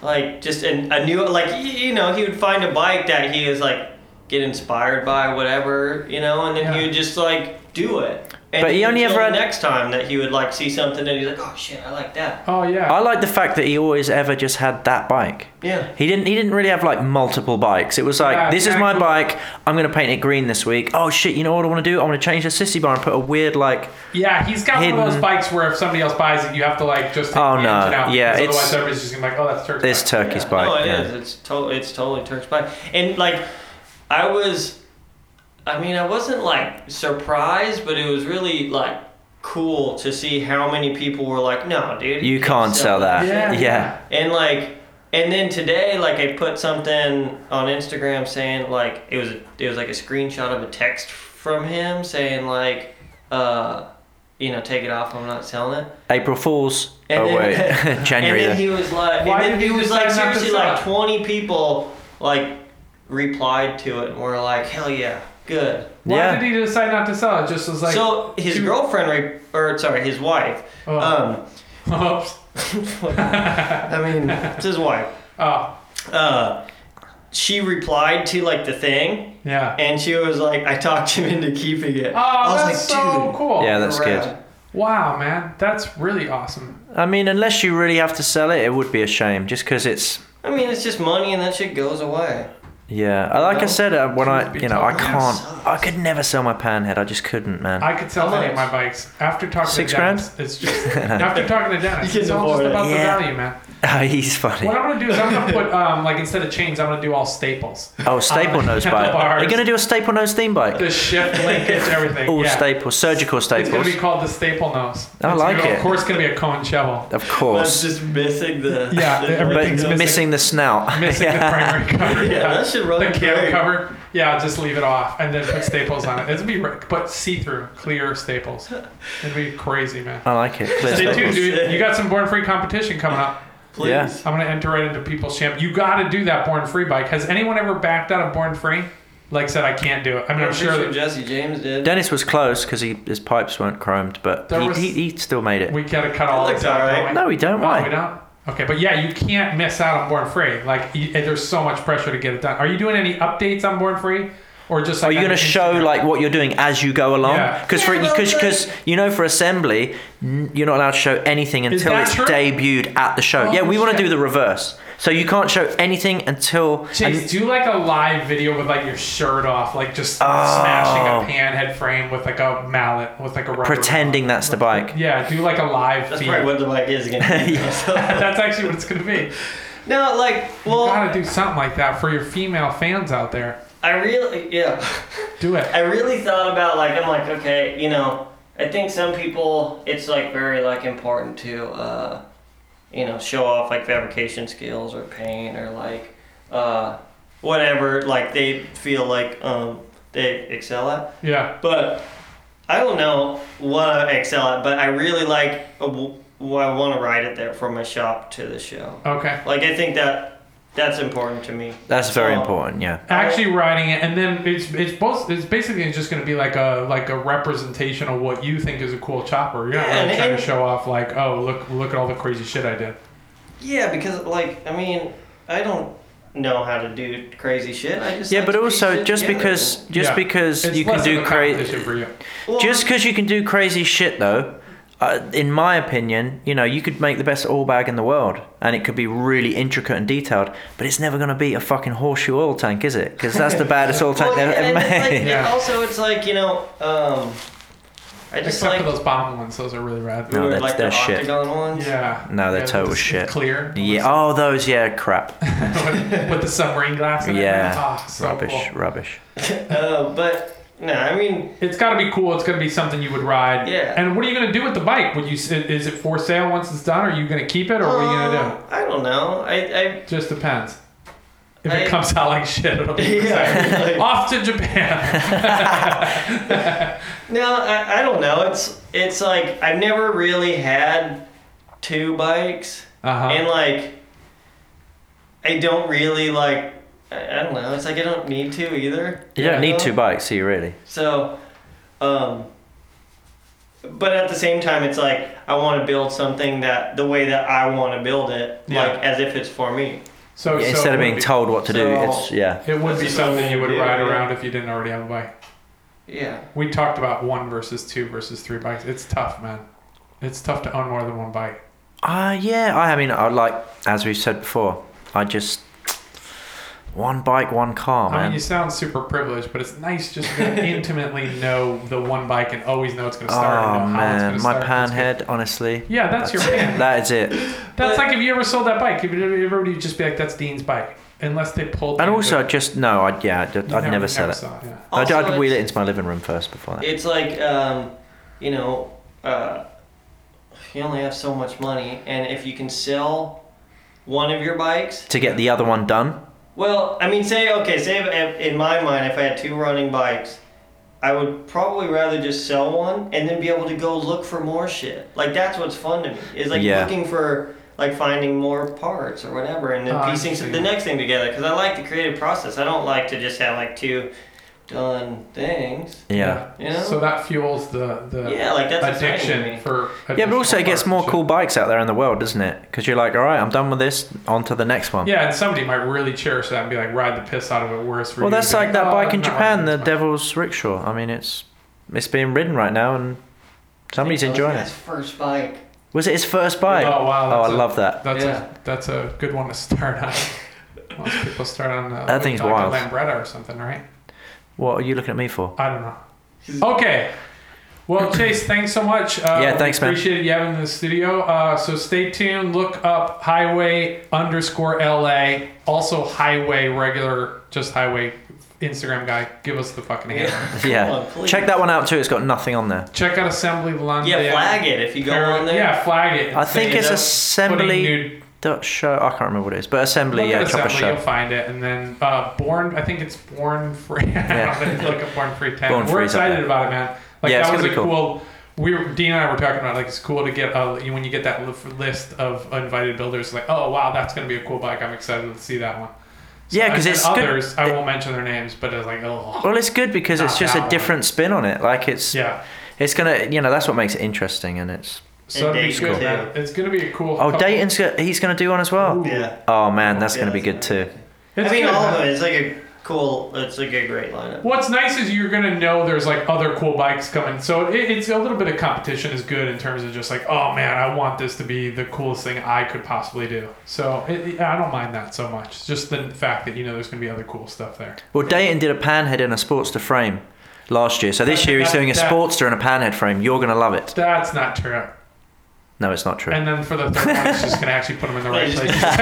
like just an, a new like y- you know he would find a bike that he is like get inspired by whatever you know, and then
Yeah.
he would just like do it. And
But he only
until
ever had-
next time that he would like see something and he's like, oh shit, I like that.
Oh yeah.
I like the fact that he always ever just had that bike.
Yeah.
He didn't. He didn't really have like multiple bikes. It was like,
Yeah,
this is my
exactly.
bike. I'm gonna paint it green this week. Oh shit! You know what I want to do? I want to change the sissy bar and put a weird like.
Yeah, he's got one of those
Hidden-
bikes where if somebody else buys it, you have to like just take
Oh,
the
no.
engine out
Yeah,
because
it's-
otherwise everybody's just gonna be like, oh, that's Turk's
This
bike.
turkey's
Yeah.
bike.
No, it
yeah.
is. It's totally it's totally Turk's bike. And like, I was, I mean, I wasn't like surprised, but it was really like cool to see how many people were like, "No, dude,
You can't sell that.
Yeah.
Yeah.
And like, and then today, like, I put something on Instagram saying like it was it was like a screenshot of a text from him saying like, uh, you know, take it off. I'm not selling it.
April Fools.
And
oh
then-
wait, January.
And
then.
then he was like,
Why
and then
did
he
you
was like,
decide not to
seriously,
sell
like
it?
20 people like replied to it and were like, hell yeah, good.
Why
Yeah.
did he decide not to sell it? Just was like,
so his
two-
girlfriend, re- or sorry, his wife.
Oh.
Um,
Oops.
I mean, it's his wife.
oh,
Uh, she replied to like the thing,
yeah.
and she was like, I talked him into keeping it. I
Oh,
was
that's
like,
so
dude.
cool.
yeah, that's
Right.
good.
Wow, man, that's really awesome.
I mean, unless you really have to sell it, it would be a shame, just because it's.
I mean, it's just money, and that shit goes away.
Yeah, I- like I
No.
said, uh, when I,
Be
you know, I
totally
can't,
sucks.
I could never sell my panhead. I just couldn't, man.
I could sell
How
any of my
much?
bikes after talking
Six
to
grand?
Dennis. It's just after talking to Dennis,
You
it's
can
all just
afford it.
about
Yeah.
the value, man.
He's funny.
What I'm gonna do is I'm gonna put um like instead of chains, I'm gonna do all staples.
Oh, staple
Um,
nose bike. Are you
bars.
gonna do a staple nose theme bike?
The shift linkage, everything.
All
yeah.
staples, surgical
It's gonna
staples.
be called the staple nose.
I
It's
like
gonna-
it.
Of course, it's gonna be a cone shovel.
Of
But it's
course.
just missing the.
Yeah,
the-
everything's
But
missing-
missing the snout.
Missing the primary cover.
Yeah, that should run
The cam
great.
cover. Yeah, just leave it off and then put staples on it. It'd be ri- put see through, clear staples. It'd be crazy, man.
I like it. Clear
Stay tuned,
staples.
dude. You got some born free competition coming up.
Please.
Yeah.
I'm gonna enter right into people's champ. You got to do that born free bike. Has anyone ever backed out of born free? Like said, I can't do it. I mean, I'm
I'm
sure
sure
that
Jesse James did.
Dennis was close because he his pipes weren't chromed, but
There
he,
was-
he, he still made it.
we gotta cut all
It
this
looks
out.
alright.
don't we?
no, we don't.
Oh, we
Why?
don't. Okay, but yeah, you can't miss out on born free. Like, you, there's so much pressure to get it done. Are you doing any updates on born free, or just like
Are you
on
going to
your
show
Instagram?
like what you're doing as you go along?
Yeah.
Because for
Yeah,
because
but,
because you know for assembly n- you're not allowed to show anything
Is
until
that
it's
true?
debuted at the show.
Oh,
yeah, we want to
shit.
do the reverse. So you can't show anything until
Chase,
and-
do like a live video with like your shirt off, like just
Oh.
smashing a pan head frame with like a mallet with like a rubber.
pretending that's the bike.
Yeah, do like a live
That's
feed.
probably what the bike is again.
That's actually what it's gonna be.
no, like,
you
well,
gotta do something like that for your female fans out there.
I really, yeah.
Do it.
I really thought about like I'm like okay, you know, I think some people it's like very like important to uh, you know show off like fabrication skills or paint or like uh, whatever like they feel like um, they excel at.
Yeah.
But I don't know what I excel at, but I really like uh, w- I want to ride it there from my shop to the show.
Okay.
Like I think that that's important to me. Um,
That's very
So-
important. Yeah.
Actually writing it, and then it's it's both. It's basically just gonna be like a like a representation of what you think is a cool chopper. You're not
Yeah,
really
and-
trying to
and-
show off like, oh look look at all the crazy shit I did.
Yeah, because like I mean, I don't know how to do crazy shit. I just
Yeah,
like
but
to piece
also
shit
just
together.
because just
Yeah.
because
It's
you can
less
do
of a
crazy.
competition for you.
Well,
Just because you can do crazy shit, though, uh, in my opinion, you know, you could make the best oil bag in the world, and it could be really intricate and detailed, but it's never going to be a fucking horseshoe oil tank, is it? Because that's the baddest oil tank
well, yeah,
they've
and
ever
it's like,
made.
and
Yeah.
Also, it's like you know, um, I just
Except
like
for those bomb ones, those are really rad.
No,
or,
that's-
like
they're
the
shit.
octagon ones.
Yeah.
No, they're
Yeah,
total
it's
shit.
Clear.
Yeah. Oh, those. Yeah. Crap.
with, with the submarine glass in
Yeah.
it. Oh, so
rubbish.
cool.
Rubbish.
Uh, but no, I mean,
It's got to be cool. It's going to be something you would ride.
Yeah.
And what are you going to do with the bike? Would you s- is it for sale once it's done? Are you going to keep it, or what are you going to
uh, I don't know. I,
do? Just depends. If
I-
it comes out like shit, it'll be
Yeah,
yeah,
like-
off to Japan.
I no, I, I don't know. It's it's like I've never really had two bikes.
Uh
and
huh.
Uh-huh.
like I don't really like I I don't know. It's like I don't need to either.
You don't
you
need
know?
two bikes, do you really?
So, um, but at the same time, it's like I want to build something that the way that I want to build it,
Yeah.
like as if it's for me.
Oh, So,
Yeah,
so
instead
it
of
would
being
be-
told what to do,
So-
it's yeah.
it would
This
be
is what
something
we
you would
do,
ride
yeah.
around if you didn't already have a bike.
Yeah.
We talked about one versus two versus three bikes. It's tough, man. It's tough to own more than one bike.
Ah, yeah. I, I mean, I like as we've said before. I just one bike, one car,
I
Oh, man.
mean, you sound super privileged, but it's nice just to intimately know the one bike and always know it's going to start. and
Oh
know how it's gonna
man, my
start.
pan
That's good.
head, honestly.
Yeah, that's, your pan.
That is it.
that's like if you ever sold that bike, if you- everybody would just be like, "That's Dean's bike," unless they pulled.
And
you
also, I
to-
just no, I'd yeah, I'd, I'd
you
never, sell it.
saw yeah.
I'd,
Also,
I'd wheel it
it's-
into my living room first before that.
It's like um, you know, uh, you only have so much money, and if you can sell one of your bikes
To get the other one done,
Well, I mean, say okay, say if- if, in my mind, if I had two running bikes, I would probably rather just sell one and then be able to go look for more shit. Like that's what's fun to me is like
Yeah.
looking for like finding more parts or whatever, and then
Oh,
piecing
interesting.
the next thing together. Because I like the creative process. I don't like to just have like two done things.
yeah.
You know?
So that fuels the the
Yeah, like that's exciting to
addiction
me.
for.
Yeah, but also
additional
it gets more
parts.
cool bikes out there in the world, doesn't it? Because you're like, all right, I'm done with this, on to the next one.
Yeah, and somebody might really cherish that and be like, "Ride the piss out of it." Whereas for
Well,
you,
that's
you'd be
like that
"Oh,
bike in
no,
Japan, the
that's fine."
Devil's Rickshaw. I mean, it's it's being ridden right now, and somebody's
That was
enjoying
his
it.
First bike.
Was it his first bike?
Oh, wow,
Oh, I
that's a-
love that.
That's
Yeah.
a that's a good one to start on. Most people start on uh,
That thing's
like a
wild.
Lambretta or something, right?
What are you looking at me for?
I don't know. Okay. Well, Chase, thanks so much. Uh,
Yeah,
we
thanks, man.
Appreciate you having in the studio. Uh, so stay tuned. Look up highway underscore LA. Also highway regular, just highway Instagram guy. Give us the fucking hand.
Yeah,
Come on,
check
please.
that one out too. It's got nothing on there.
Check out Assembly London.
Yeah, flag it if you go on there.
Yeah, flag it.
I think
Say
it's
that-
assembly.
uh, Putting nude
the show? I can't remember what it is, but Assembly,
Look
yeah,
at
Chopper
assembly,
Show.
you'll find it, and then uh, Born. I think it's Born Free.
Yeah.
Yeah. Look at Born Free Ten.
Born
we're
Free's up
excited
there.
about it, man. Like
Yeah, it's
that was
gonna
a
be
cool. We were, Dean and I were talking about like it's cool to get a, when you get that li- list of invited builders. Like, oh wow, that's gonna be a cool bike. I'm excited to see that one. So,
Yeah, 'cause
and
it's good-
others. I won't mention their names, but it's like oh
Well, it's good because it's
Not
just
that
a
one.
different spin on it. Like it's
yeah.
it's gonna you know that's what makes it interesting, and it's
So
And
it'd be
Dayton,
good,
too.
man. It's gonna be a cool.
oh
couple-
Dayton's go- he's gonna do one as well.
Ooh.
Yeah.
Oh man, that's
Yeah,
gonna be good
that's
too.
It's
I mean,
good,
all of
man.
it. It's like a cool. It's like a great lineup.
What's nice is you're gonna know there's like other cool bikes coming, so it, it's a little bit of competition is good in terms of just like, oh man, I want this to be the coolest thing I could possibly do. So it, it- I don't mind that so much. It's Just the fact that you know there's gonna be other cool stuff there.
Well, Dayton did a panhead and a sportster frame last year, so this
That-
year he's
that-
doing a
that-
sportster and a panhead frame. You're gonna love it.
That's not true.
No, it's not true.
And then for the third one, it's just gonna actually put them in the right place.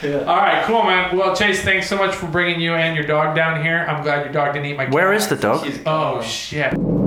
Yeah.
All right, cool man. Well, Chase, thanks so much for bringing you and your dog down here. I'm glad your dog didn't eat my.
Where
cat.
is the dog?
She's
Oh
gone.
shit.